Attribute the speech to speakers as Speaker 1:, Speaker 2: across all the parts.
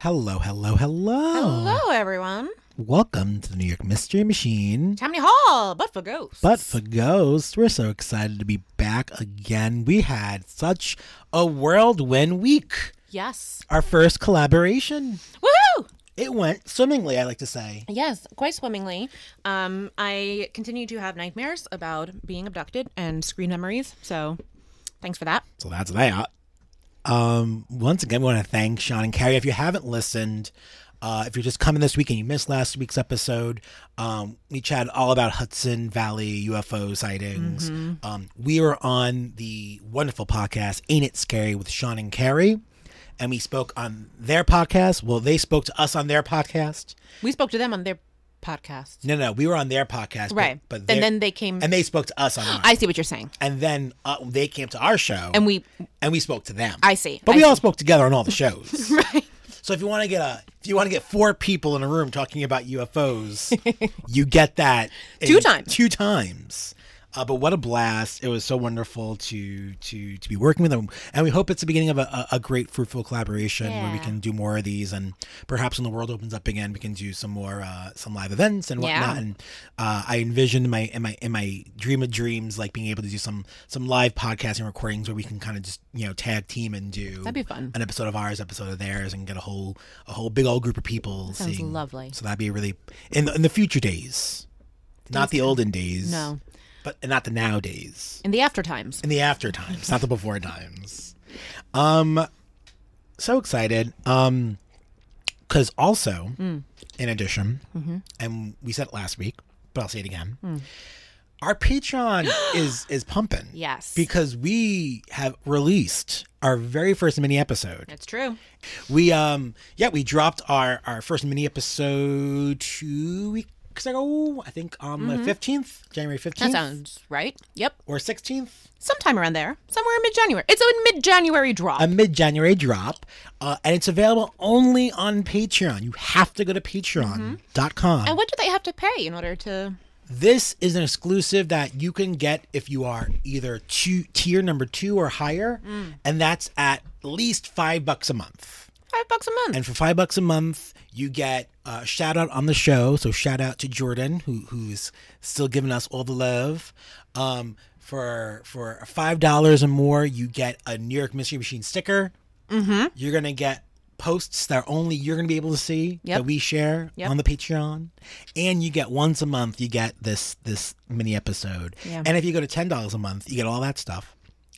Speaker 1: Hello, hello, hello.
Speaker 2: Hello, everyone.
Speaker 1: Welcome to the New York Mystery Machine.
Speaker 2: Tammany Hall, but for ghosts.
Speaker 1: But for Ghosts, we're so excited to be back again. We had such a whirlwind week.
Speaker 2: yes.
Speaker 1: Our first collaboration.
Speaker 2: Woohoo!
Speaker 1: It went swimmingly, I like to say.
Speaker 2: Yes, quite swimmingly. Um, I continue to have nightmares about being abducted and screen memories. So, thanks for that.
Speaker 1: So that's that. Um, once again, we want to thank Sean and Carrie. If you haven't listened, uh, if you're just coming this week and you missed last week's episode, um, we chatted all about Hudson Valley UFO sightings.
Speaker 2: Mm-hmm.
Speaker 1: Um, we were on the wonderful podcast "Ain't It Scary" with Sean and Carrie, and we spoke on their podcast. Well, they spoke to us on their podcast.
Speaker 2: We spoke to them on their podcast.
Speaker 1: No, no, we were on their podcast, but-
Speaker 2: right.
Speaker 1: But,
Speaker 2: and
Speaker 1: their-
Speaker 2: then they came.
Speaker 1: and they spoke to us on ours,
Speaker 2: I see what you're saying.
Speaker 1: and then uh, they came to our show,
Speaker 2: And we,
Speaker 1: and we spoke to them.
Speaker 2: I see.
Speaker 1: But
Speaker 2: I
Speaker 1: we
Speaker 2: see.
Speaker 1: all spoke together on all the shows.
Speaker 2: Right.
Speaker 1: So if you want to get a, if you want to get four people in a room talking about UFOs, you get that in
Speaker 2: Two times.
Speaker 1: Two times. Uh, but what a blast! It was so wonderful to to to be working with them, and we hope it's the beginning of a, a, a great, fruitful collaboration where we
Speaker 2: Yeah.
Speaker 1: can do more of these, and perhaps when the world opens up again, we can do some more uh, some live events and
Speaker 2: Yeah.
Speaker 1: whatnot. And uh, I envisioned my in my in my dream of dreams, like being able to do some some live podcasting recordings where we can kind of just you know tag team and do
Speaker 2: That'd be fun.
Speaker 1: an episode of ours, episode of theirs, and get a whole a whole big old group of people.
Speaker 2: sounds
Speaker 1: seeing-
Speaker 2: lovely.
Speaker 1: So that'd be really in the, in the future days, not the olden days.
Speaker 2: No.
Speaker 1: but and not the nowadays.
Speaker 2: In the after times.
Speaker 1: In the after times, not the before times. Um, so excited. Um, because also, in addition, and we said it last week, but I'll say it again. Our Patreon is is pumping.
Speaker 2: Yes.
Speaker 1: Because we have released our very first mini episode.
Speaker 2: That's true.
Speaker 1: We um yeah, we dropped our our first mini episode two weeks ago. I think on the fifteenth, January
Speaker 2: Mm-hmm. That
Speaker 1: fifteenth
Speaker 2: sounds right. Yep.
Speaker 1: or sixteenth,
Speaker 2: Sometime around there. Somewhere in mid January. It's a mid January drop.
Speaker 1: a mid January drop, uh, and it's available only on Patreon. You have to go to Patreon.com.
Speaker 2: and what do they have to pay in order to.
Speaker 1: This is an exclusive that you can get if you are either two, tier number two or higher, and that's at least five bucks a month.
Speaker 2: Five bucks a month.
Speaker 1: And for five bucks a month, you get a shout out on the show. So shout out to Jordan, who who's still giving us all the love. Um, for for five dollars or more, you get a New York Mystery Machine sticker. Mm-hmm. You're gonna get posts that only you're gonna be able to see
Speaker 2: Yep.
Speaker 1: that we share
Speaker 2: Yep.
Speaker 1: on the Patreon, and you get once a month you get this this mini episode.
Speaker 2: Yeah.
Speaker 1: And if you go to ten dollars a month, you get all that stuff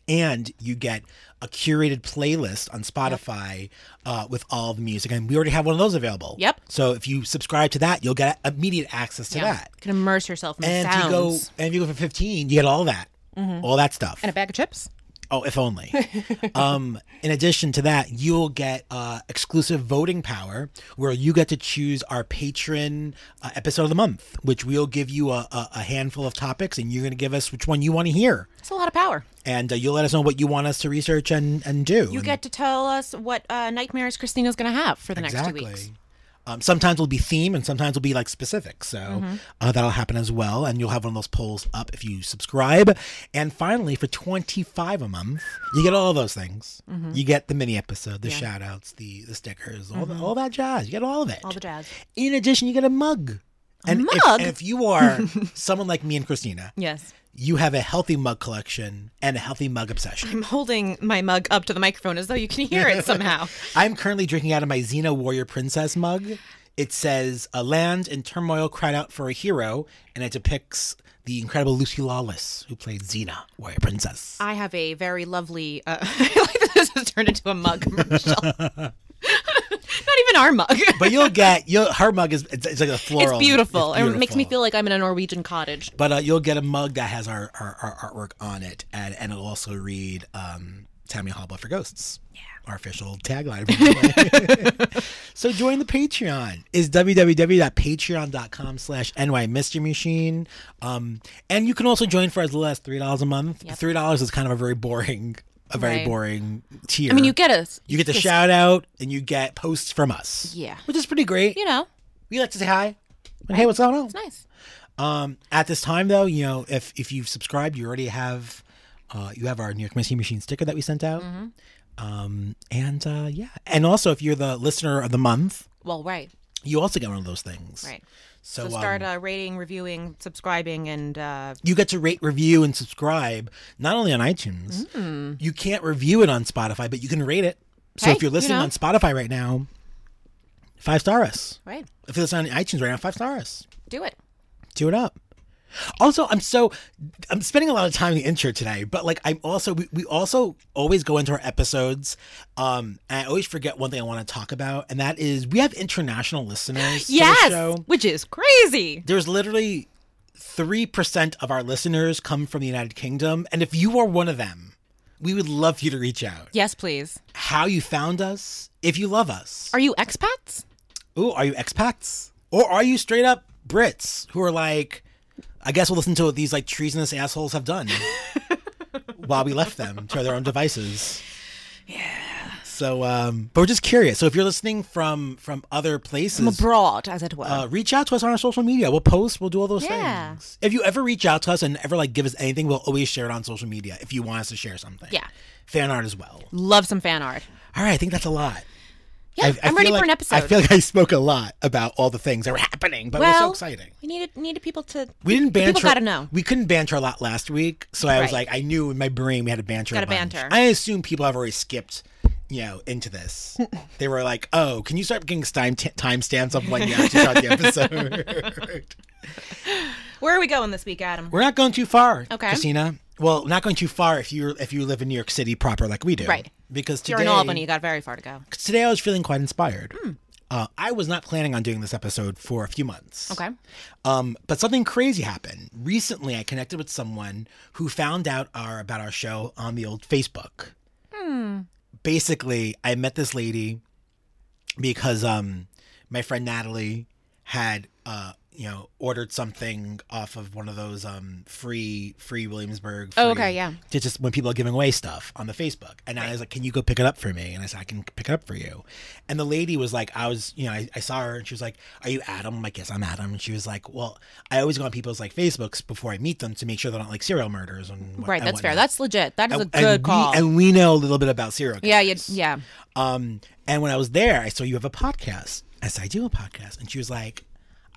Speaker 1: and you get a curated playlist on Spotify uh, with all the music. And we already have one of those available.
Speaker 2: Yep.
Speaker 1: So if you subscribe to that, you'll get immediate access to
Speaker 2: Yeah.
Speaker 1: that.
Speaker 2: You can immerse yourself in
Speaker 1: And
Speaker 2: the
Speaker 1: if you
Speaker 2: sounds. Mm-hmm.
Speaker 1: go and if you go for fifteen, you get all that, all that stuff.
Speaker 2: and a bag of chips.
Speaker 1: Oh, if only. um, in addition to that, you'll get uh, exclusive voting power where you get to choose our patron uh, episode of the month, which we'll give you a, a, a handful of topics and you're going to give us which one you want to hear.
Speaker 2: That's a lot of power.
Speaker 1: And uh, you'll let us know what you want us to research and, and do.
Speaker 2: You
Speaker 1: And-
Speaker 2: get to tell us what uh, nightmares Christina's going to have for the next two weeks.
Speaker 1: Um, sometimes it'll be theme and sometimes it'll be like specific. So
Speaker 2: Mm-hmm.
Speaker 1: uh, that'll happen as well. And you'll have one of those polls up if you subscribe. And finally, for 25 a month, you get all those things.
Speaker 2: Mm-hmm.
Speaker 1: You get the mini episode, the shout outs, the, the stickers, all, the, all that jazz. You get all of it.
Speaker 2: Mm-hmm. All the jazz.
Speaker 1: In addition, you get a mug. And if-
Speaker 2: mug?
Speaker 1: and if you are someone like me and Christina,
Speaker 2: Yes.
Speaker 1: you have a healthy mug collection and a healthy mug obsession.
Speaker 2: I'm holding my mug up to the microphone as though you can hear it somehow.
Speaker 1: I'm currently drinking out of my Xena Warrior Princess mug. It says, A land in turmoil cried out for a hero, and it depicts the incredible Lucy Lawless, who played Xena, Warrior Princess.
Speaker 2: I have a very lovely. Uh, like this has turned into a mug commercial. Not even our mug.
Speaker 1: But you'll get you'll, her mug is it's, it's like a floral.
Speaker 2: it's beautiful.
Speaker 1: it's
Speaker 2: It makes me
Speaker 1: beautiful.
Speaker 2: feel like I'm in a Norwegian cottage.
Speaker 1: But uh, you'll get a mug that has our, our, our artwork on it, and, and it'll also read um, Tammy Hobble for Ghosts. Yeah. Our official tagline. for the play. so join the Patreon. Is www.patreon.com slash nymysterymachine. Um, and you can also join for as little as $3 a month. $3 is kind of a very boring, a very
Speaker 2: Right.
Speaker 1: boring tier.
Speaker 2: I mean, you get us.
Speaker 1: You get the shout out and you get posts from us.
Speaker 2: Yeah.
Speaker 1: Which is pretty great.
Speaker 2: You know,
Speaker 1: We like to say hi. Hey, what's going on?
Speaker 2: it's nice.
Speaker 1: Um, at this time, though, you know, if if you've
Speaker 2: Mm-hmm.
Speaker 1: subscribed, you already have, uh, you have our New York Mystery Machine sticker that we sent out. Um, And uh, yeah. And also, if you're the listener of the month,
Speaker 2: Well, right,
Speaker 1: you also get one of those things.
Speaker 2: right.
Speaker 1: So,
Speaker 2: So start
Speaker 1: um,
Speaker 2: uh, rating, reviewing, subscribing, and uh,
Speaker 1: you get to rate, review, and subscribe not only on iTunes. You can't review it on Spotify, but you can rate it. So
Speaker 2: Hey,
Speaker 1: if you're
Speaker 2: Mm. you
Speaker 1: listening
Speaker 2: know.
Speaker 1: on Spotify right now, five star us.
Speaker 2: right,
Speaker 1: If you're listening on iTunes right now, five star us.
Speaker 2: do it.
Speaker 1: do it up. Also, I'm so I'm spending a lot of time in the intro today, but like I'm also we, we also always go into our episodes. Um, and I always forget one thing I want to talk about, and that is we have international listeners. to the
Speaker 2: Yes,
Speaker 1: show.
Speaker 2: which is crazy.
Speaker 1: there's literally three percent of our listeners come from the United Kingdom, and if you are one of them, we would love you to reach out.
Speaker 2: Yes, please.
Speaker 1: How you found us, if you love us.
Speaker 2: Are you expats?
Speaker 1: Ooh, are you expats? Or are you straight up Brits who are like, I guess we'll listen to what these like treasonous assholes have done while we left them to their own devices. Yeah. So um but we're just curious. So if you're listening from from other places
Speaker 2: Abroad, as it were.
Speaker 1: uh, reach out to us on our social media. We'll post, we'll do all those
Speaker 2: Yeah.
Speaker 1: things. If you ever reach out to us and ever like give us anything, we'll always share it on social media if you want us to share something.
Speaker 2: Yeah.
Speaker 1: Fan art as well.
Speaker 2: Love some fan art.
Speaker 1: All right, I think that's a lot.
Speaker 2: Yeah, I, am ready
Speaker 1: feel
Speaker 2: for
Speaker 1: like-
Speaker 2: an episode.
Speaker 1: I feel like I spoke a lot about all the things that were happening, but it was so
Speaker 2: Well,
Speaker 1: exciting.
Speaker 2: we needed needed people to.
Speaker 1: We didn't banter.
Speaker 2: people gotta know.
Speaker 1: We couldn't banter a lot last week, so I was
Speaker 2: Right.
Speaker 1: like, I knew in my brain we had to banter.
Speaker 2: Gotta
Speaker 1: a bunch.
Speaker 2: banter.
Speaker 1: I assume people have already skipped, you know, into this. they were like, "Oh, can you start getting time t- timestamps of when you actually start the episode?"
Speaker 2: Where are we going this week, Adam?
Speaker 1: we're not going too far,
Speaker 2: Okay.
Speaker 1: Christina. Well, not going too far if you if you live in New York City proper, like we do,
Speaker 2: Right.
Speaker 1: Because
Speaker 2: You're
Speaker 1: today,
Speaker 2: in Albany. Hmm. You got very far to go.
Speaker 1: today I was feeling quite inspired. Uh, I was not planning on doing this episode for a few months.
Speaker 2: Okay.
Speaker 1: Um, but something crazy happened. Recently, I connected with someone who found out our about our show on the old Facebook.
Speaker 2: Hmm.
Speaker 1: Basically, I met this lady because um, my friend Natalie had uh, you know ordered something off of one of those um, free free Williamsburg. Free,
Speaker 2: Oh, okay, yeah.
Speaker 1: To just when people are giving away stuff on the Facebook, and I was like, "Can you go pick it up for me?" And I said, "I can pick it up for you." And the lady was like, "I was you know I, I saw her and she was like, "Are you Adam?" I'm like, "Yes, I'm Adam." And she was like, "Well, I always go on people's like Facebooks before I meet them to make sure they're not like serial murders and what-
Speaker 2: Right.
Speaker 1: and
Speaker 2: That's fair.
Speaker 1: whatnot."
Speaker 2: That's legit. That is a
Speaker 1: And-
Speaker 2: good
Speaker 1: and
Speaker 2: call.
Speaker 1: We, and we know a little bit about serial.
Speaker 2: yeah. You,
Speaker 1: killers.
Speaker 2: yeah.
Speaker 1: Um, and when I was there, I saw you have a podcast. I said, I do a podcast. And she was like,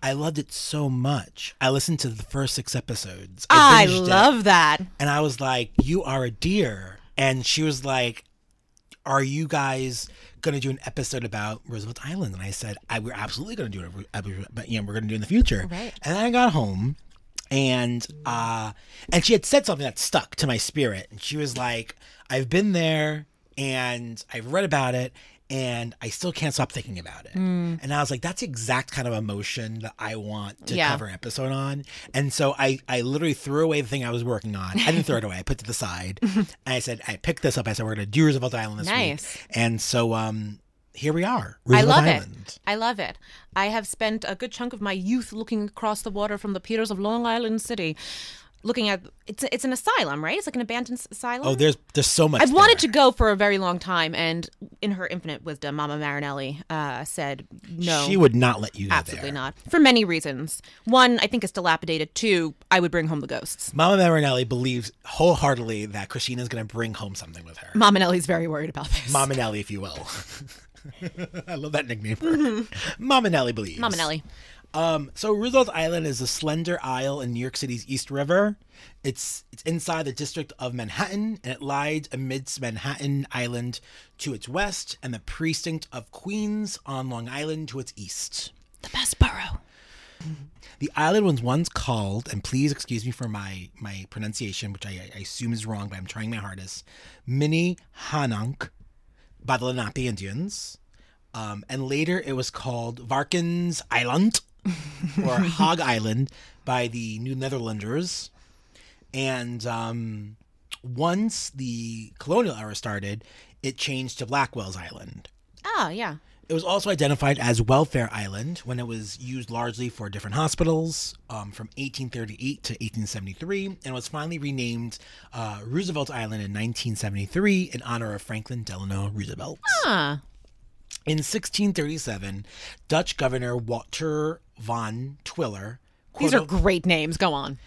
Speaker 1: I loved it so much. I listened to the first six episodes.
Speaker 2: I
Speaker 1: binged it."
Speaker 2: love that.
Speaker 1: And I was like, You are a dear. And she was like, Are you guys going to do an episode about Roosevelt Island? And I said, I, We're absolutely going to do it. ab- But, you know, we're going to do it in the future.
Speaker 2: Right.
Speaker 1: And then I got home. And uh, and she had said something that stuck to my spirit. And she was like, "I've been there, and I've read about it, and I still can't stop thinking about it."
Speaker 2: Mm.
Speaker 1: And I was like, "That's the exact kind of emotion that I want to
Speaker 2: Yeah.
Speaker 1: cover an episode on. And so I, I literally threw away the thing I was working on. I didn't throw it away. I put it to the side. and I said, I picked this up. I said, we're going to do Roosevelt Island this
Speaker 2: Nice.
Speaker 1: week. And so um, here we are.
Speaker 2: I
Speaker 1: Roosevelt
Speaker 2: love
Speaker 1: Island.
Speaker 2: it. I love it. I have spent a good chunk of my youth looking across the water from the piers of Long Island City, looking at it's a, it's an asylum, right? It's like an abandoned s- asylum.
Speaker 1: Oh, there's there's so much.
Speaker 2: I've wanted to go for a very long time, and in her infinite wisdom, Mama Marinelli uh, said no.
Speaker 1: She would not let you go
Speaker 2: Absolutely
Speaker 1: there.
Speaker 2: not. For many reasons. One, I think it's dilapidated. Two, I would bring home the ghosts.
Speaker 1: Mama Marinelli believes wholeheartedly that Christina's going to bring home something with her.
Speaker 2: Mama Nellie's very worried about this.
Speaker 1: Mama Nelly, if you will. I love that nickname for her. Mama Nelly believes.
Speaker 2: Mama Nellie.
Speaker 1: Um, so Roosevelt Island is a slender isle in New York City's East River. It's it's inside the district of Manhattan, and it lies amidst Manhattan Island to its west and the precinct of Queens on Long Island to its east.
Speaker 2: The best borough.
Speaker 1: The island was once called, and please excuse me for my my pronunciation, which I, I assume is wrong, but I'm trying my hardest. Minnehanunk by the Lenape Indians, um, and later it was called Varkens Island or Hog Island by the New Netherlanders, and um, once the colonial era started, it changed to Blackwell's Island.
Speaker 2: Oh, yeah.
Speaker 1: It was also identified as Welfare Island when it was used largely for different hospitals um, from 1838 to 1873 and was finally renamed uh, Roosevelt Island in 1973 in honor of Franklin Delano Roosevelt.
Speaker 2: Ah,
Speaker 1: In 1637, Dutch Governor Walter von Twiller,
Speaker 2: these
Speaker 1: quote,
Speaker 2: are great names. Go on.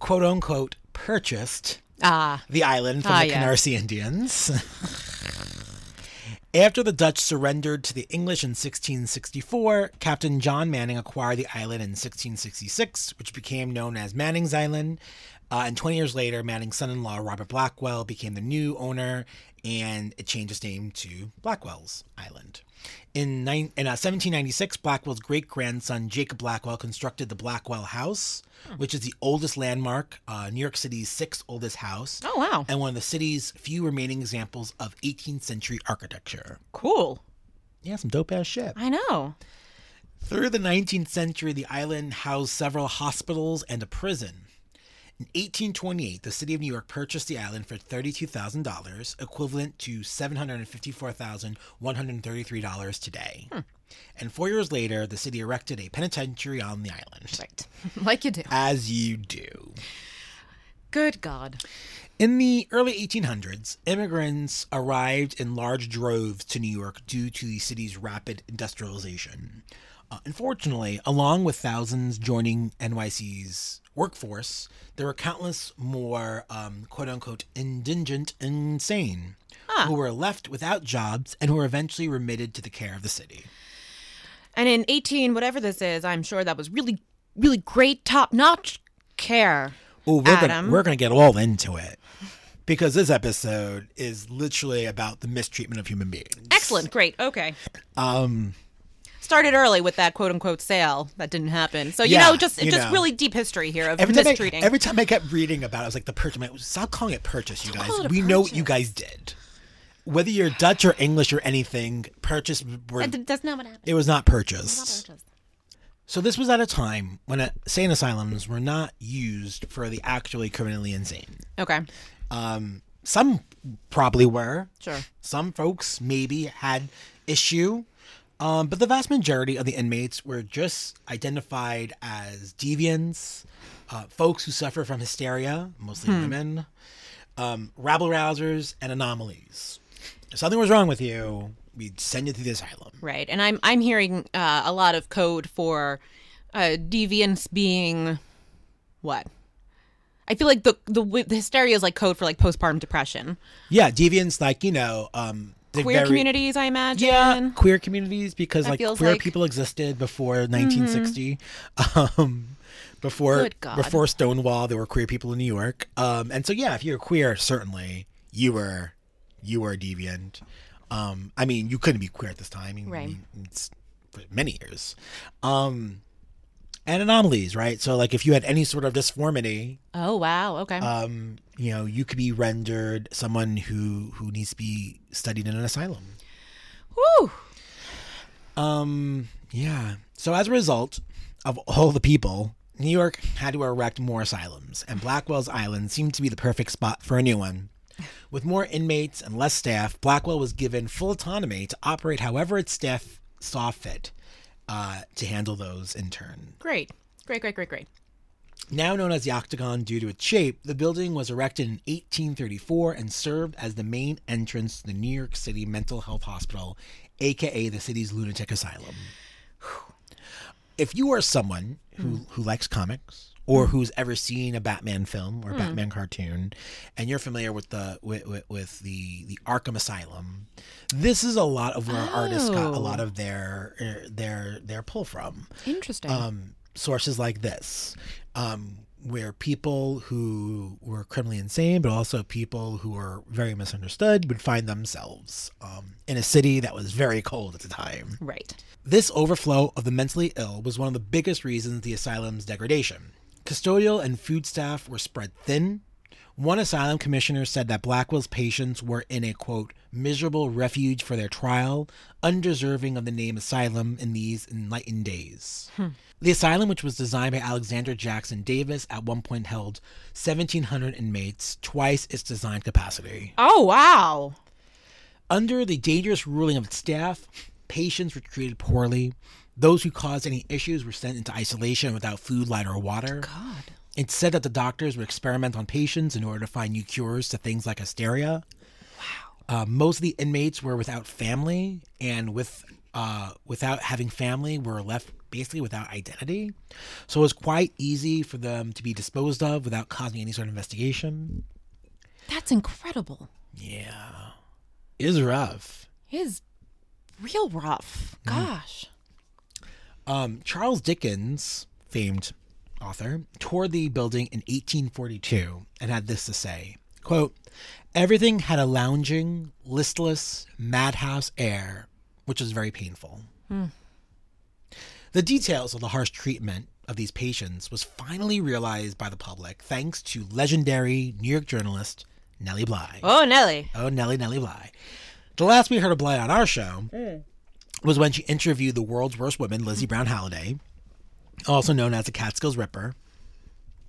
Speaker 1: quote unquote, purchased
Speaker 2: Ah,
Speaker 1: the island from
Speaker 2: Ah,
Speaker 1: the
Speaker 2: yeah.
Speaker 1: Canarsie Indians. After the Dutch surrendered to the English in 1664, Captain John Manning acquired the island in 1666, which became known as Manning's Island. Uh, and 20 years later, Manning's son in law, Robert Blackwell, became the new owner and it changed its name to Blackwell's Island. In, nine, in uh, 1796, Blackwell's great grandson, Jacob Blackwell, constructed the Blackwell House, which is the oldest landmark, uh, New York City's sixth oldest house,
Speaker 2: Oh wow.
Speaker 1: and one of the city's few remaining examples of 18th century architecture.
Speaker 2: Cool.
Speaker 1: Yeah, some dope ass shit.
Speaker 2: I know.
Speaker 1: Through the 19th century, the island housed several hospitals and a prison. In 1828, the city of New York purchased the island for $32,000, equivalent to $754,133 today. And four years later, the city erected a penitentiary on the island.
Speaker 2: Right. like you do.
Speaker 1: As you do.
Speaker 2: Good God.
Speaker 1: In the early 1800s, immigrants arrived in large droves to New York due to the city's rapid industrialization. Uh, unfortunately, along with thousands joining NYC's workforce, there were countless more um, quote unquote indigent insane who were left without jobs and who were eventually remitted to the care of the city.
Speaker 2: And in 18, whatever this is, I'm sure that was really, really great, top notch care.
Speaker 1: Oh, we're gonna
Speaker 2: Adam.
Speaker 1: we're gonna get all into it. Because this episode is literally about the mistreatment of human beings.
Speaker 2: Excellent. Great. Okay.
Speaker 1: Um
Speaker 2: Started early with that quote unquote sale that didn't happen. So, you
Speaker 1: Yeah,
Speaker 2: know, just
Speaker 1: you
Speaker 2: just
Speaker 1: know.
Speaker 2: really deep history here of
Speaker 1: Every time, I,
Speaker 2: mistreating.
Speaker 1: every time I kept reading about it, I was like, the purchase. I'm like, Stop calling it purchase, you guys.
Speaker 2: call it a
Speaker 1: We know what you guys did. Whether you're Dutch or English or anything, purchase, were,
Speaker 2: That- That's not what happened.
Speaker 1: it was not purchased.
Speaker 2: Apologize.
Speaker 1: So this was at a time when uh, sane asylums were not used for the actually criminally insane.
Speaker 2: Okay.
Speaker 1: Um, some probably were.
Speaker 2: Sure.
Speaker 1: Some folks maybe had issue, um, but the vast majority of the inmates were just identified as deviants, uh, folks who suffer from hysteria, mostly women, um, rabble rousers, and anomalies. If something was wrong with you, we'd send you to the asylum.
Speaker 2: Right. And I'm I'm hearing uh, a lot of code for uh, deviance being what? I feel like the, the w- the hysteria is like code for like postpartum depression.
Speaker 1: Yeah, deviants like you know, um, the
Speaker 2: Queer
Speaker 1: very-
Speaker 2: communities, I imagine.
Speaker 1: Yeah, queer communities because like
Speaker 2: feels
Speaker 1: queer
Speaker 2: like- Mm-hmm.
Speaker 1: people existed before 1960. Um, before
Speaker 2: Good God.
Speaker 1: before Stonewall, there were queer people in New York. Um, and so yeah, if you're queer, certainly you were you were a deviant. Um, I mean, you couldn't be queer at this time. I mean,
Speaker 2: Right.
Speaker 1: It's for many years. Um, and anomalies, right? So like if you had any sort of disformity,
Speaker 2: Oh wow. Okay.
Speaker 1: um, you know, you could be rendered someone who who needs to be studied in an asylum.
Speaker 2: Whew.
Speaker 1: Um, yeah. So as a result of all the people, New York had to erect more asylums, and Blackwell's Island seemed to be the perfect spot for a new one. With more inmates and less staff, Blackwell was given full autonomy to operate however its staff saw fit uh, to handle those in turn.
Speaker 2: Great. Great. Great. Great. Great.
Speaker 1: Now known as the Octagon due to its shape, the building was erected in 1834 and served as the main entrance to the New York City Mental Health Hospital, aka the city's lunatic asylum. If you are someone who, who likes comics or who's ever seen a Batman film or Batman cartoon, and you're familiar with the with, with, with the the Arkham Asylum, this is a lot of where artists got a
Speaker 2: Oh.
Speaker 1: lot of their er, their their pull from
Speaker 2: Interesting.
Speaker 1: um, sources like this, um, where people who were criminally insane, but also people who were very misunderstood, would find themselves um, in a city that was very cold at the time.
Speaker 2: right.
Speaker 1: This overflow of the mentally ill was one of the biggest reasons the asylum's degradation. Custodial and food staff were spread thin. One asylum commissioner said that Blackwell's patients were in a quote miserable refuge for their trial, undeserving of the name asylum in these enlightened days. The asylum, which was designed by Alexander Jackson Davis, at one point held 1,700 inmates, twice its design capacity.
Speaker 2: Oh wow.
Speaker 1: Under the dangerous ruling of its staff, patients were treated poorly. Those who caused any issues were sent into isolation without food, light, or water.
Speaker 2: God.
Speaker 1: It's said that the doctors would experiment on patients in order to find new cures to things like hysteria. Wow. Uh, most of the inmates were without family, and with uh, without having family, were left basically without identity. So it was quite easy for them to be disposed of without causing any sort of investigation.
Speaker 2: That's incredible.
Speaker 1: Yeah, is rough.
Speaker 2: is real rough. Gosh.
Speaker 1: Um, Charles Dickens, famed author, toured the building in 1842 and had this to say quote, Everything had a lounging, listless, madhouse air, which was very painful. The details of the harsh treatment of these patients was finally realized by the public thanks to legendary New York journalist Nellie Bly.
Speaker 2: Oh, Nelly.
Speaker 1: Oh, Nellie, Nellie Bly. The last we heard of Bly on our show was when she interviewed the world's worst woman, Lizzie Brown Halliday, also known as the Catskills Ripper.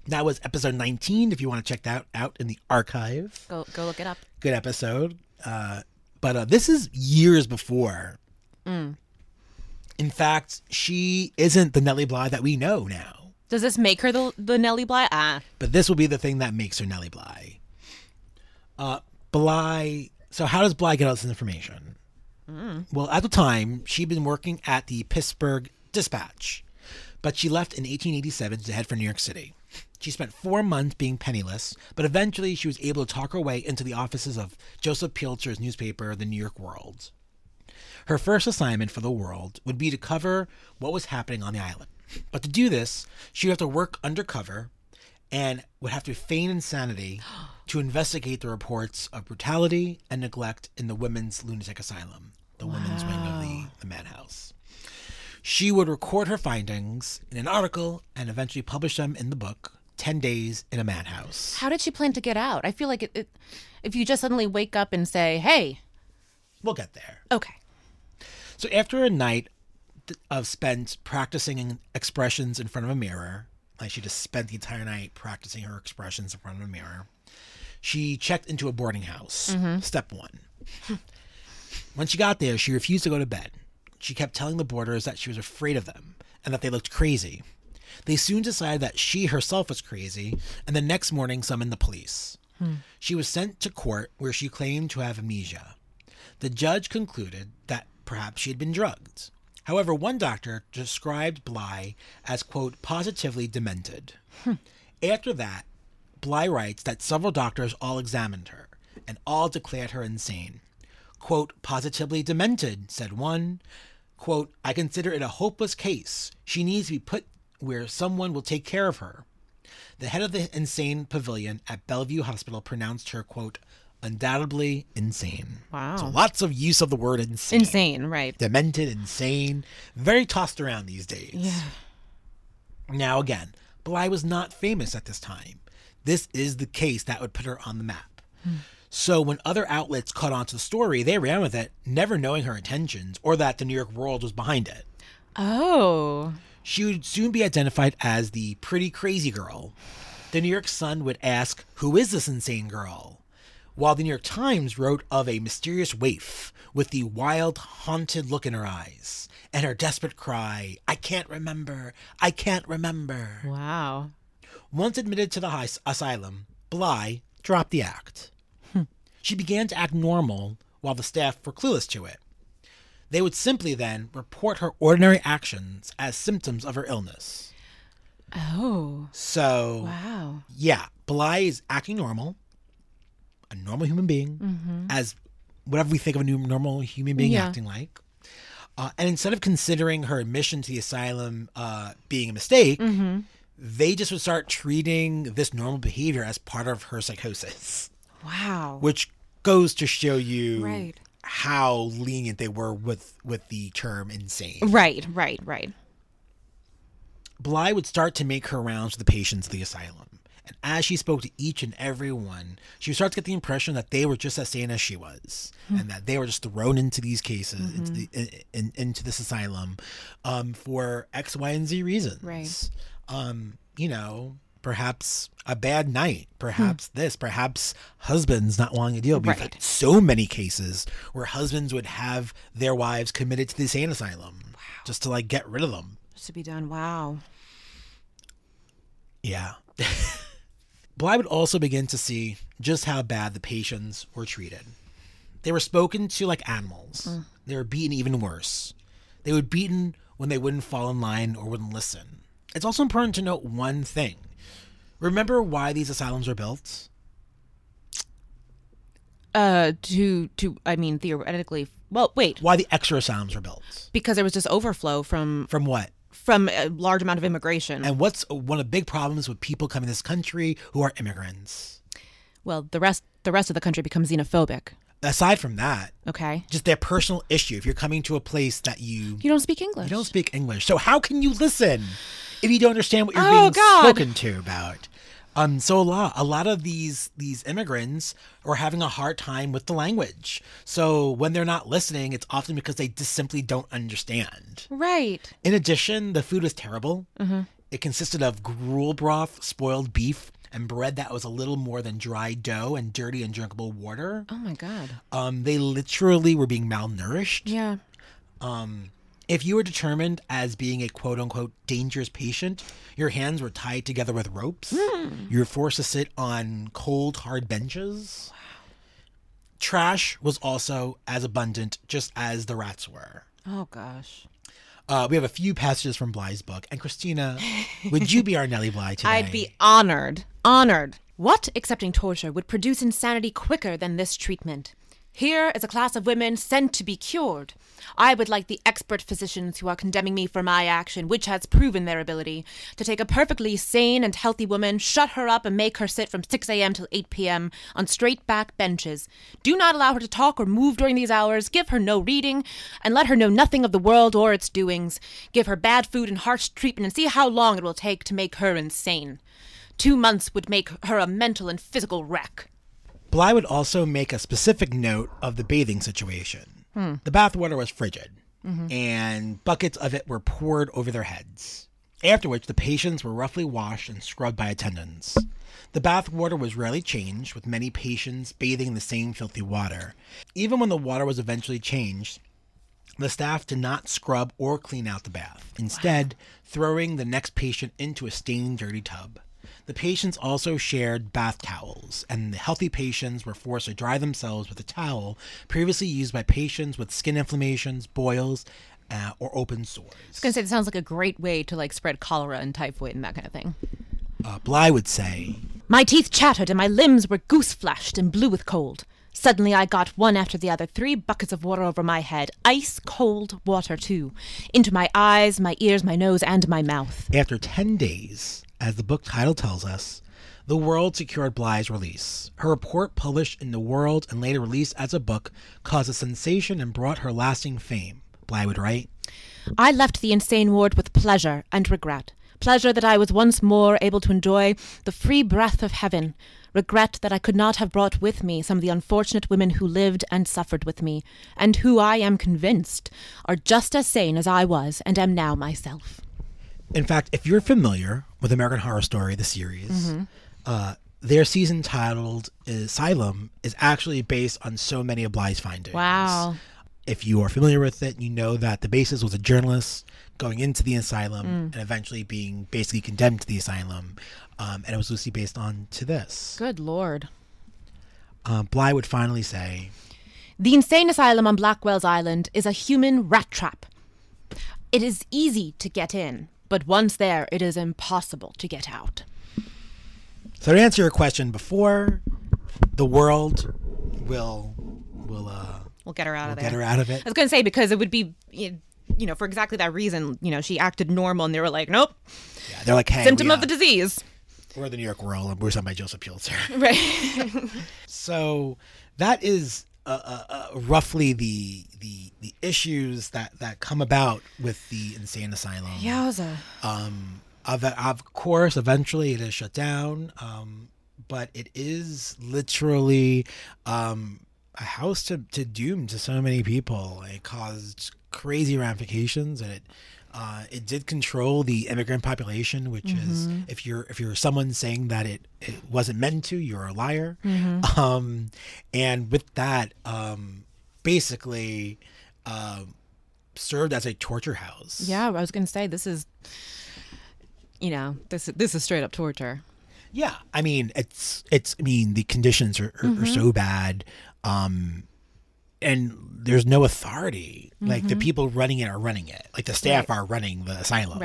Speaker 1: That was episode 19, if you want to check that out in the archive.
Speaker 2: Go go look it up.
Speaker 1: Good episode. Uh, but uh, this is years before. In fact, she isn't the Nellie Bly that we know now.
Speaker 2: Does this make her the the Nelly Bly? Ah,
Speaker 1: But this will be the thing that makes her Nellie Bly. Uh, Bly. So, how does Bly get all this information? Well, at the time, she'd been working at the Pittsburgh Dispatch, but she left in 1887 to head for New York City. She spent four months being penniless, but eventually she was able to talk her way into the offices of Joseph Pilcher's newspaper, The New York World. Her first assignment for the world would be to cover what was happening on the island. But to do this, she would have to work undercover and would have to feign insanity to investigate the reports of brutality and neglect in the women's lunatic asylum, the women's wing of the, the madhouse. She would record her findings in an article and eventually publish them in the book, 10 Days in a Madhouse.
Speaker 2: how did she plan to get out? I feel like it, it, if you just suddenly wake up and say, "Hey,
Speaker 1: We'll get there.
Speaker 2: okay,
Speaker 1: So after a night th- of spent practicing in- expressions in front of a mirror, like she just spent the entire night practicing her expressions in front of a mirror, she checked into a boarding house. Step one. when she got there, she refused to go to bed. She kept telling the boarders that she was afraid of them and that they looked crazy. They soon decided that she herself was crazy, and the next morning summoned the police. She was sent to court where she claimed to have amnesia. The judge concluded that perhaps she had been drugged. However, one doctor described Bly as, quote, positively demented. After that, Bly writes that several doctors all examined her and all declared her insane. Quote, positively demented, said one. Quote, I consider it a hopeless case. She needs to be put where someone will take care of her. The head of the insane pavilion at Bellevue Hospital pronounced her, quote, undoubtedly insane.
Speaker 2: Wow.
Speaker 1: So lots of use of the word insane.
Speaker 2: insane, right?"
Speaker 1: Demented, insane, very tossed around these days.
Speaker 2: Yeah.
Speaker 1: Now, again, Bly was not famous at this time. This is the case that would put her on the map. So, when other outlets caught on to the story, they ran with it, never knowing her intentions or that the New York World was behind it.
Speaker 2: Oh,
Speaker 1: She would soon be identified as the pretty crazy girl. The New York Sun would ask, Who is this insane girl? While the New York Times wrote of a mysterious waif with the wild, haunted look in her eyes and her desperate cry, I can't remember, I can't remember.
Speaker 2: wow.
Speaker 1: Once admitted to the hi- asylum, Bly dropped the act. She began to act normal while the staff were clueless to it. They would simply then report her ordinary actions as symptoms of her illness.
Speaker 2: Oh,
Speaker 1: So,
Speaker 2: wow.
Speaker 1: yeah, Bly is acting normal, a normal human being, as whatever we think of a new normal human being
Speaker 2: Mm-hmm. Yeah.
Speaker 1: acting like. Uh, and instead of considering her admission to the asylum uh, being a mistake,
Speaker 2: Mm-hmm.
Speaker 1: they just would start treating this normal behavior as part of her psychosis,
Speaker 2: Wow.
Speaker 1: which goes to show you
Speaker 2: Right.
Speaker 1: how lenient they were with with the term insane.
Speaker 2: Right, right, right.
Speaker 1: Bly would start to make her rounds with the patients of the asylum. And as she spoke to each and every one, she would start to get the impression that they were just as sane as she was,
Speaker 2: Hmm.
Speaker 1: and that they were just thrown into these cases,
Speaker 2: Mm-hmm.
Speaker 1: into, the, in, in, into this asylum, um, for X, Y, and Z reasons.
Speaker 2: Right.
Speaker 1: Um, you know, perhaps a bad night,
Speaker 2: Hmm.
Speaker 1: perhaps this, perhaps husbands not wanting to deal. We've
Speaker 2: Right.
Speaker 1: had so many cases where husbands would have their wives committed to the insane asylum just to like get rid of them.
Speaker 2: To be done. Wow.
Speaker 1: Yeah. Bly would also begin to see just how bad the patients were treated. They were spoken to like animals. They were beaten even worse. They were beaten when they wouldn't fall in line or wouldn't listen. It's also important to note one thing. Remember why these asylums were built?
Speaker 2: uh, to to I mean theoretically. Well, wait,
Speaker 1: Why the exorcisms were built?
Speaker 2: because there was just overflow from
Speaker 1: From what?
Speaker 2: from a large amount of immigration.
Speaker 1: And what's one of the big problems with people coming to this country who are immigrants?
Speaker 2: well, the rest the rest of the country becomes xenophobic.
Speaker 1: Aside from that,
Speaker 2: Okay,
Speaker 1: just their personal issue. If you're coming to a place that you
Speaker 2: you don't speak English.
Speaker 1: don't speak English, so how can you listen if you don't understand what you're being
Speaker 2: Oh, God.
Speaker 1: spoken to about? Um, so a lot, a lot of these these immigrants are having a hard time with the language. So when they're not listening, it's often because they just simply don't understand.
Speaker 2: right.
Speaker 1: In addition, the food was terrible.
Speaker 2: Mm-hmm.
Speaker 1: It consisted of gruel broth, spoiled beef, and bread that was a little more than dry dough and dirty and drinkable water.
Speaker 2: Oh my god.
Speaker 1: Um, they literally were being malnourished.
Speaker 2: Yeah.
Speaker 1: If you were determined as being a quote unquote dangerous patient, your hands were tied together with ropes.
Speaker 2: Hmm.
Speaker 1: You were forced to sit on cold, hard benches. Trash was also as abundant, just as the rats were.
Speaker 2: Oh gosh.
Speaker 1: Uh, we have a few passages from Bly's book. And Christina, would you be our Nellie Bly today?
Speaker 2: I'd be honored. Honored. What, accepting torture, would produce insanity quicker than this treatment? Here is a class of women sent to be cured. I would like the expert physicians who are condemning me for my action, which has proven their ability, to take a perfectly sane and healthy woman, shut her up, and make her sit from 6 a.m. till 8 p.m. on straight back benches. Do not allow her to talk or move during these hours. Give her no reading, and let her know nothing of the world or its doings. Give her bad food and harsh treatment, and see how long it will take to make her insane. Two months would make her a mental and physical wreck.
Speaker 1: Bly would also make a specific note of the bathing situation. The bathwater was frigid, and buckets of it were poured over their heads. After which, the patients were roughly washed and scrubbed by attendants. The bathwater was rarely changed, with many patients bathing in the same filthy water. Even when the water was eventually changed, the staff did not scrub or clean out the bath, instead, throwing the next patient into a stained, dirty tub. The patients also shared bath towels, and the healthy patients were forced to dry themselves with a towel previously used by patients with skin inflammations, boils, uh, or open sores.
Speaker 2: I was gonna say this sounds like a great way to like spread cholera and typhoid and that kind of thing.
Speaker 1: Uh, Bly would say,
Speaker 2: My teeth chattered and my limbs were goose flashed and blue with cold. Suddenly, I got one after the other, three buckets of water over my head, ice cold water too, into my eyes, my ears, my nose, and my mouth.
Speaker 1: After 10 days, as the book title tells us, the world secured Bly's release. Her report, published in The World and later released as a book, caused a sensation and brought her lasting fame. Bly would write,
Speaker 2: I left the insane ward with pleasure and regret. Pleasure that I was once more able to enjoy the free breath of heaven. Regret that I could not have brought with me some of the unfortunate women who lived and suffered with me, and who I am convinced are just as sane as I was and am now myself.
Speaker 1: In fact, if you're familiar with American Horror Story, the series,
Speaker 2: Mm-hmm.
Speaker 1: uh, their season titled Asylum is actually based on so many of Bly's findings.
Speaker 2: Wow.
Speaker 1: If you are familiar with it, you know that the basis was a journalist going into the asylum
Speaker 2: Mm.
Speaker 1: and eventually being basically condemned to the asylum. Um, and it was loosely based on to this.
Speaker 2: Good lord.
Speaker 1: Uh, Bly would finally say,
Speaker 2: The insane asylum on Blackwell's Island is a human rat trap. It is easy to get in, but once there, it is impossible to get out.
Speaker 1: So to answer your question, before the world will will uh,
Speaker 2: We'll get her out of there.
Speaker 1: get her out of it.
Speaker 2: I was going to say because it would be, you you know, for exactly that reason, you know, she acted normal and they were like, nope,
Speaker 1: Yeah, they're like, hey,
Speaker 2: symptom
Speaker 1: we,
Speaker 2: of the disease.
Speaker 1: Or the New York World, and we're signed by Joseph Pulitzer.
Speaker 2: Right.
Speaker 1: so that is uh, uh, uh, roughly the the the issues that that come about with the insane asylum.
Speaker 2: Yowza.
Speaker 1: Um. Of of course, eventually it is shut down. Um. But it is literally um a house to to doom to so many people. It caused crazy ramifications, and it. Uh, it did control the immigrant population, which is if you're if you're someone saying that it, it wasn't meant to, you're a liar. Um, and with that, um, basically, um, served as a torture house.
Speaker 2: Yeah, I was going to say this is, you know, this this is straight up torture.
Speaker 1: Yeah, I mean, it's it's. I mean, the conditions are, are, are so bad, um, and there's no authority. Like the people running it are running it. Like the staff are running the asylum.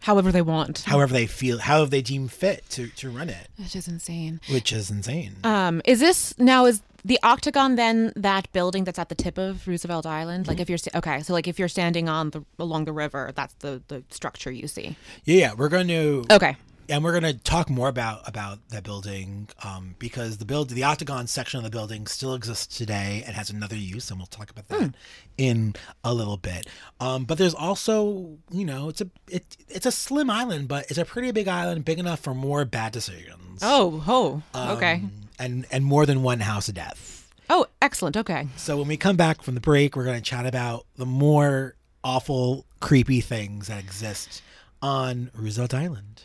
Speaker 2: However they want.
Speaker 1: However they feel, however they deem fit to to run it,
Speaker 2: Which is insane. Uh,
Speaker 1: which is insane.
Speaker 2: Um, is this now is The octagon, then that building that's at the tip of Roosevelt Island. Like if you're sta- okay, so like if you're standing on the along the river, that's the the structure you see.
Speaker 1: Yeah, yeah, we're going to
Speaker 2: Okay.
Speaker 1: and we're going to talk more about about that building um, because the build the octagon section of the building still exists today and has another use and we'll talk about that in a little bit um, but there's also you know it's a it, it's a slim island but it's a pretty big island big enough for more bad decisions
Speaker 2: Oh, ho. okay.
Speaker 1: Um, and and more than one house of death
Speaker 2: Oh, excellent. Okay.
Speaker 1: so when we come back from the break, we're going to chat about the more awful, creepy things that exist on Roosevelt Island.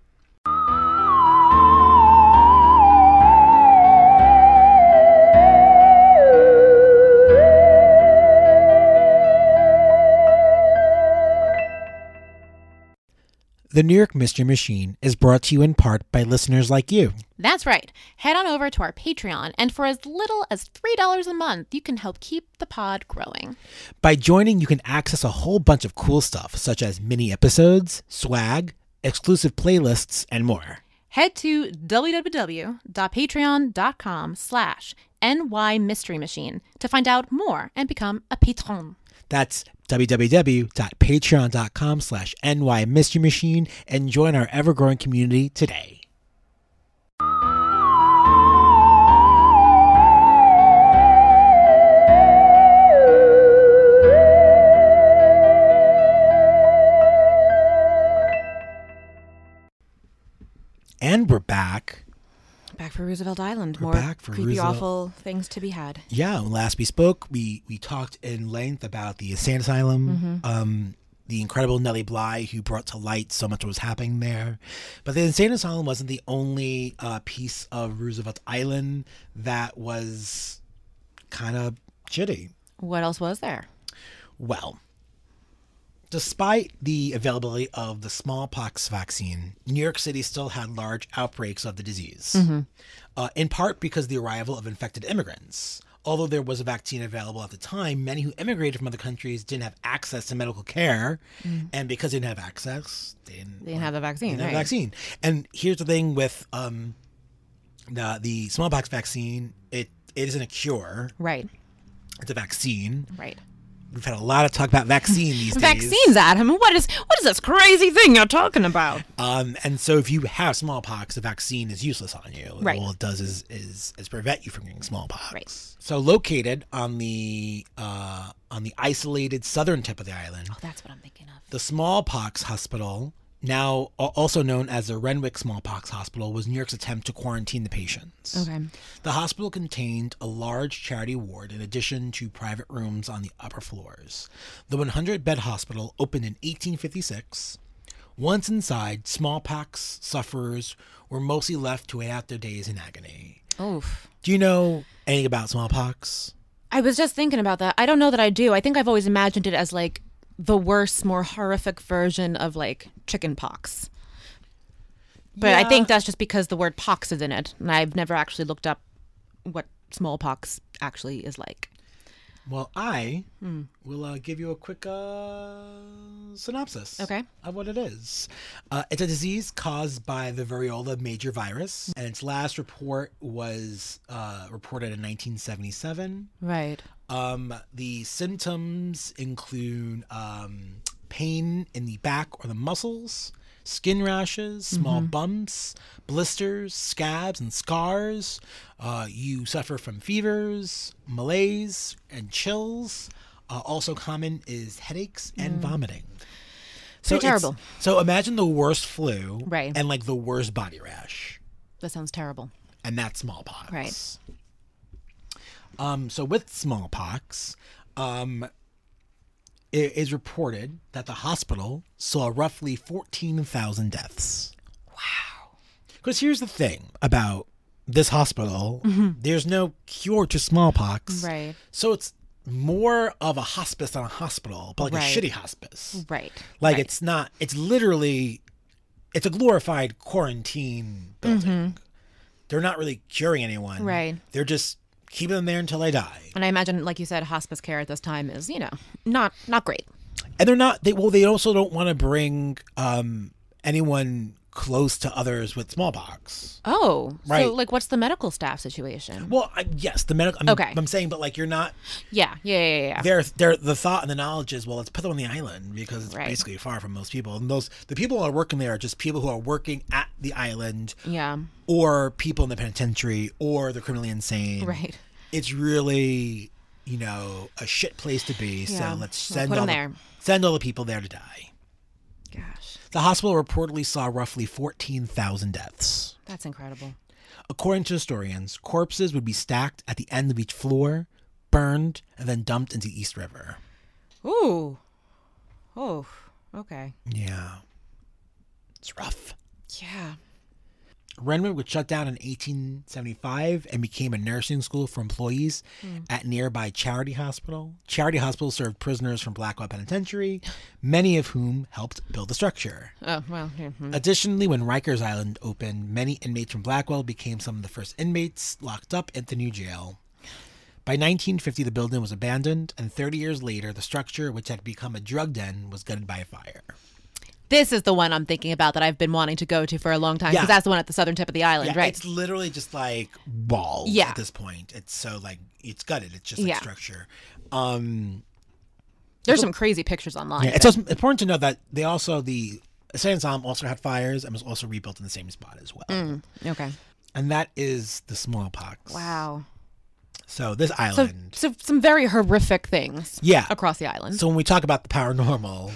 Speaker 1: The New York Mystery Machine is brought to you in part by listeners like you.
Speaker 2: That's right. Head on over to our Patreon, and for as little as $3 a month, you can help keep the pod growing.
Speaker 1: By joining, you can access a whole bunch of cool stuff, such as mini episodes, swag, exclusive playlists, and more.
Speaker 2: Head to www.patreon.com slash NY Mystery Machine to find out more and become a patron.
Speaker 1: That's www.patreon.com slash NY Mystery Machine and join our ever-growing community today. And we're back.
Speaker 2: Back for Roosevelt Island.
Speaker 1: We're
Speaker 2: More
Speaker 1: back for
Speaker 2: creepy,
Speaker 1: Roosevelt-
Speaker 2: awful things to be had.
Speaker 1: Yeah, when last we spoke, we we talked in length about the insane asylum, um, the incredible Nellie Bly, who brought to light so much what was happening there. But the insane asylum wasn't the only uh, piece of Roosevelt Island that was kind of shitty.
Speaker 2: What else was there?
Speaker 1: Well, despite the availability of the smallpox vaccine, New York City still had large outbreaks of the disease,
Speaker 2: Mm-hmm.
Speaker 1: uh, in part because of the arrival of infected immigrants. Although there was a vaccine available at the time, many who immigrated from other countries didn't have access to medical care. And because they didn't have access, they didn't,
Speaker 2: Mm-hmm. They didn't have the vaccine,
Speaker 1: didn't have
Speaker 2: right?
Speaker 1: a vaccine. And here's the thing with um, the, the smallpox vaccine it, it isn't a cure,
Speaker 2: Right,
Speaker 1: it's a vaccine.
Speaker 2: right.
Speaker 1: We've had a lot of talk about vaccine these days.
Speaker 2: Vaccines, Adam. What is what is this crazy thing you're talking about?
Speaker 1: Um, and so if you have smallpox, the vaccine is useless on you.
Speaker 2: Right.
Speaker 1: All it does is, is is prevent you from getting smallpox.
Speaker 2: Right.
Speaker 1: So located on the uh, on the isolated southern tip of the island,
Speaker 2: Oh, that's what I'm thinking of.
Speaker 1: the smallpox hospital, now a- also known as the Renwick Smallpox Hospital, was New York's attempt to quarantine the patients.
Speaker 2: Okay.
Speaker 1: The hospital contained a large charity ward in addition to private rooms on the upper floors. The 100 bed hospital opened in 1856. Once inside, smallpox sufferers were mostly left to wait out their days in agony.
Speaker 2: Oof.
Speaker 1: Do you know anything about smallpox?
Speaker 2: I was just thinking about that. I don't know that I do. I think I've always imagined it as like the worse, more horrific version of like chicken pox. But I think that's just because the word pox is in it. And I've never actually looked up what smallpox actually is like.
Speaker 1: Well, I will uh, give you a quick uh, synopsis.
Speaker 2: Okay.
Speaker 1: Of what it is. Uh, it's a disease caused by the variola major virus, and its last report was uh, reported in 1977.
Speaker 2: Right.
Speaker 1: Um, the symptoms include um, pain in the back or the muscles, skin rashes, small
Speaker 2: Mm-hmm.
Speaker 1: bumps, blisters, scabs, and scars. Uh, you suffer from fevers, malaise, and chills. Uh, also common is headaches and vomiting. So
Speaker 2: Pretty
Speaker 1: it's-
Speaker 2: Mm. terrible.
Speaker 1: So imagine the worst flu,
Speaker 2: Right.
Speaker 1: And like the worst body rash
Speaker 2: That sounds terrible.
Speaker 1: and that's smallpox.
Speaker 2: Right.
Speaker 1: Um, so with smallpox, um, it is reported that the hospital saw roughly fourteen thousand deaths. Wow. Because here's the thing about this hospital: there's no cure to smallpox,
Speaker 2: Mm-hmm. Right.
Speaker 1: So it's more of a hospice than a hospital, but like
Speaker 2: Right.
Speaker 1: a shitty hospice.
Speaker 2: Right.
Speaker 1: Like it's not. It's literally, it's a glorified quarantine building. They're not really curing anyone.
Speaker 2: Mm-hmm. Right.
Speaker 1: They're just keeping them there until they die.
Speaker 2: And I imagine, like you said, hospice care at this time is, you know, not not great.
Speaker 1: And they're not. They well. They also don't want to bring um anyone close to others with smallpox.
Speaker 2: Oh,
Speaker 1: Right.
Speaker 2: so like, what's the medical staff situation?
Speaker 1: Well, I, yes, the medical. I'm,
Speaker 2: Okay.
Speaker 1: I'm saying, but like you're not
Speaker 2: yeah, yeah, yeah, yeah, yeah.
Speaker 1: there. There, the thought and the knowledge is, well, let's put them on the island because it's
Speaker 2: Right.
Speaker 1: basically far from most people. And those the people who are working there are just people who are working at the island,
Speaker 2: Yeah,
Speaker 1: or people in the penitentiary, or the criminally insane.
Speaker 2: right.
Speaker 1: It's really, you know, a shit place to be.
Speaker 2: Yeah.
Speaker 1: So let's
Speaker 2: We'll
Speaker 1: send
Speaker 2: put 'em
Speaker 1: all
Speaker 2: there.
Speaker 1: The, send all the people there to die.
Speaker 2: Gosh,
Speaker 1: The hospital reportedly saw roughly 14,000 deaths.
Speaker 2: that's incredible.
Speaker 1: According to historians, corpses would be stacked at the end of each floor, burned, and then dumped into the East River.
Speaker 2: Ooh, oh, okay.
Speaker 1: Yeah. It's rough.
Speaker 2: Yeah.
Speaker 1: Renwick was shut down in 1875 and became a nursing school for employees at nearby Charity Hospital. Charity Hospital served prisoners from Blackwell Penitentiary, many of whom helped build the structure.
Speaker 2: Oh well. yeah, hmm.
Speaker 1: Additionally, when Rikers Island opened, many inmates from Blackwell became some of the first inmates locked up at the new jail. By 1950, the building was abandoned, and 30 years later, the structure, which had become a drug den, was gutted by a fire.
Speaker 2: This is the one I'm thinking about that I've been wanting to go to for a long time because
Speaker 1: Yeah.
Speaker 2: that's the one at the southern tip of the island,
Speaker 1: Yeah,
Speaker 2: right?
Speaker 1: it's literally just like walls
Speaker 2: Yeah.
Speaker 1: at this point. It's so like it's gutted. It's just like
Speaker 2: Yeah.
Speaker 1: structure. Um,
Speaker 2: There's some crazy pictures online.
Speaker 1: Yeah, it's also important to know that they also the Sansom also had fires and was also rebuilt in the same spot as well.
Speaker 2: Okay.
Speaker 1: And that is the smallpox.
Speaker 2: Mm. Wow.
Speaker 1: So this
Speaker 2: So,
Speaker 1: island.
Speaker 2: so some very horrific things.
Speaker 1: Yeah.
Speaker 2: Across the island.
Speaker 1: So when we talk about the paranormal,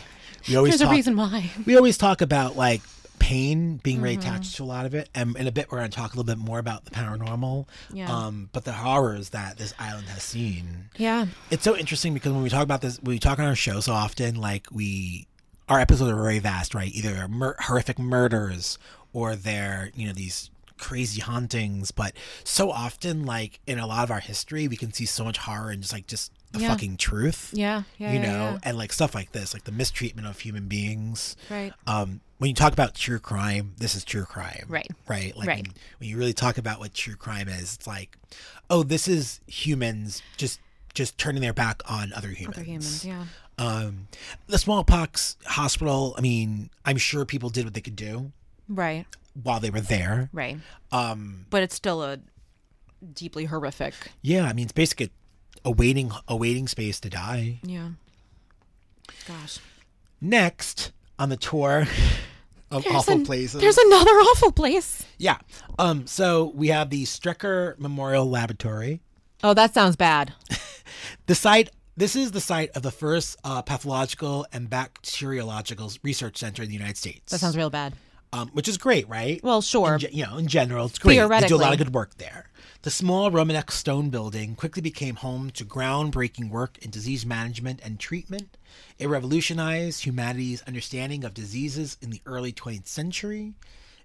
Speaker 1: we always
Speaker 2: There's a
Speaker 1: talk,
Speaker 2: reason why.
Speaker 1: we always talk about like pain being very
Speaker 2: Mm-hmm.
Speaker 1: attached to a lot of it, and in a bit we're going to talk a little bit more about the paranormal.
Speaker 2: Yeah.
Speaker 1: Um, but the horrors that this island has seen.
Speaker 2: Yeah.
Speaker 1: It's so interesting because when we talk about this, we talk on our show so often, like we, our episodes are very vast, right? Either they're mur- horrific murders or they're, you know, these crazy hauntings. But so often, like in a lot of our history, we can see so much horror and just like just the
Speaker 2: Yeah.
Speaker 1: fucking truth.
Speaker 2: Yeah. Yeah.
Speaker 1: you
Speaker 2: yeah,
Speaker 1: know,
Speaker 2: yeah.
Speaker 1: and like stuff like this, like the mistreatment of human beings.
Speaker 2: Right.
Speaker 1: Um, when you talk about true crime, this is true crime.
Speaker 2: Right.
Speaker 1: Right. Like
Speaker 2: Right.
Speaker 1: When, when you really talk about what true crime is, it's like, oh, this is humans just just turning their back on other humans.
Speaker 2: They're humans. Yeah.
Speaker 1: Um, the smallpox hospital. I mean, I'm sure people did what they could do
Speaker 2: Right.
Speaker 1: while they were there.
Speaker 2: Right.
Speaker 1: Um,
Speaker 2: But it's still a deeply horrific.
Speaker 1: yeah. I mean, it's basically a waiting a waiting space to die.
Speaker 2: Yeah. Gosh.
Speaker 1: Next on the tour of awful places.
Speaker 2: There's another awful place.
Speaker 1: Yeah. Um, so we have the Strecker Memorial Laboratory.
Speaker 2: Oh, that sounds bad.
Speaker 1: The site this is the site of the first uh, pathological and bacteriological research center in the United States.
Speaker 2: That sounds real bad.
Speaker 1: um, which is great, right?
Speaker 2: Well, sure.
Speaker 1: In ge- you know, in general, it's great. They do a lot
Speaker 2: Theoretically.
Speaker 1: of good work there. The small Romanesque stone building quickly became home to groundbreaking work in disease management and treatment. It revolutionized humanity's understanding of diseases in the early 20th century.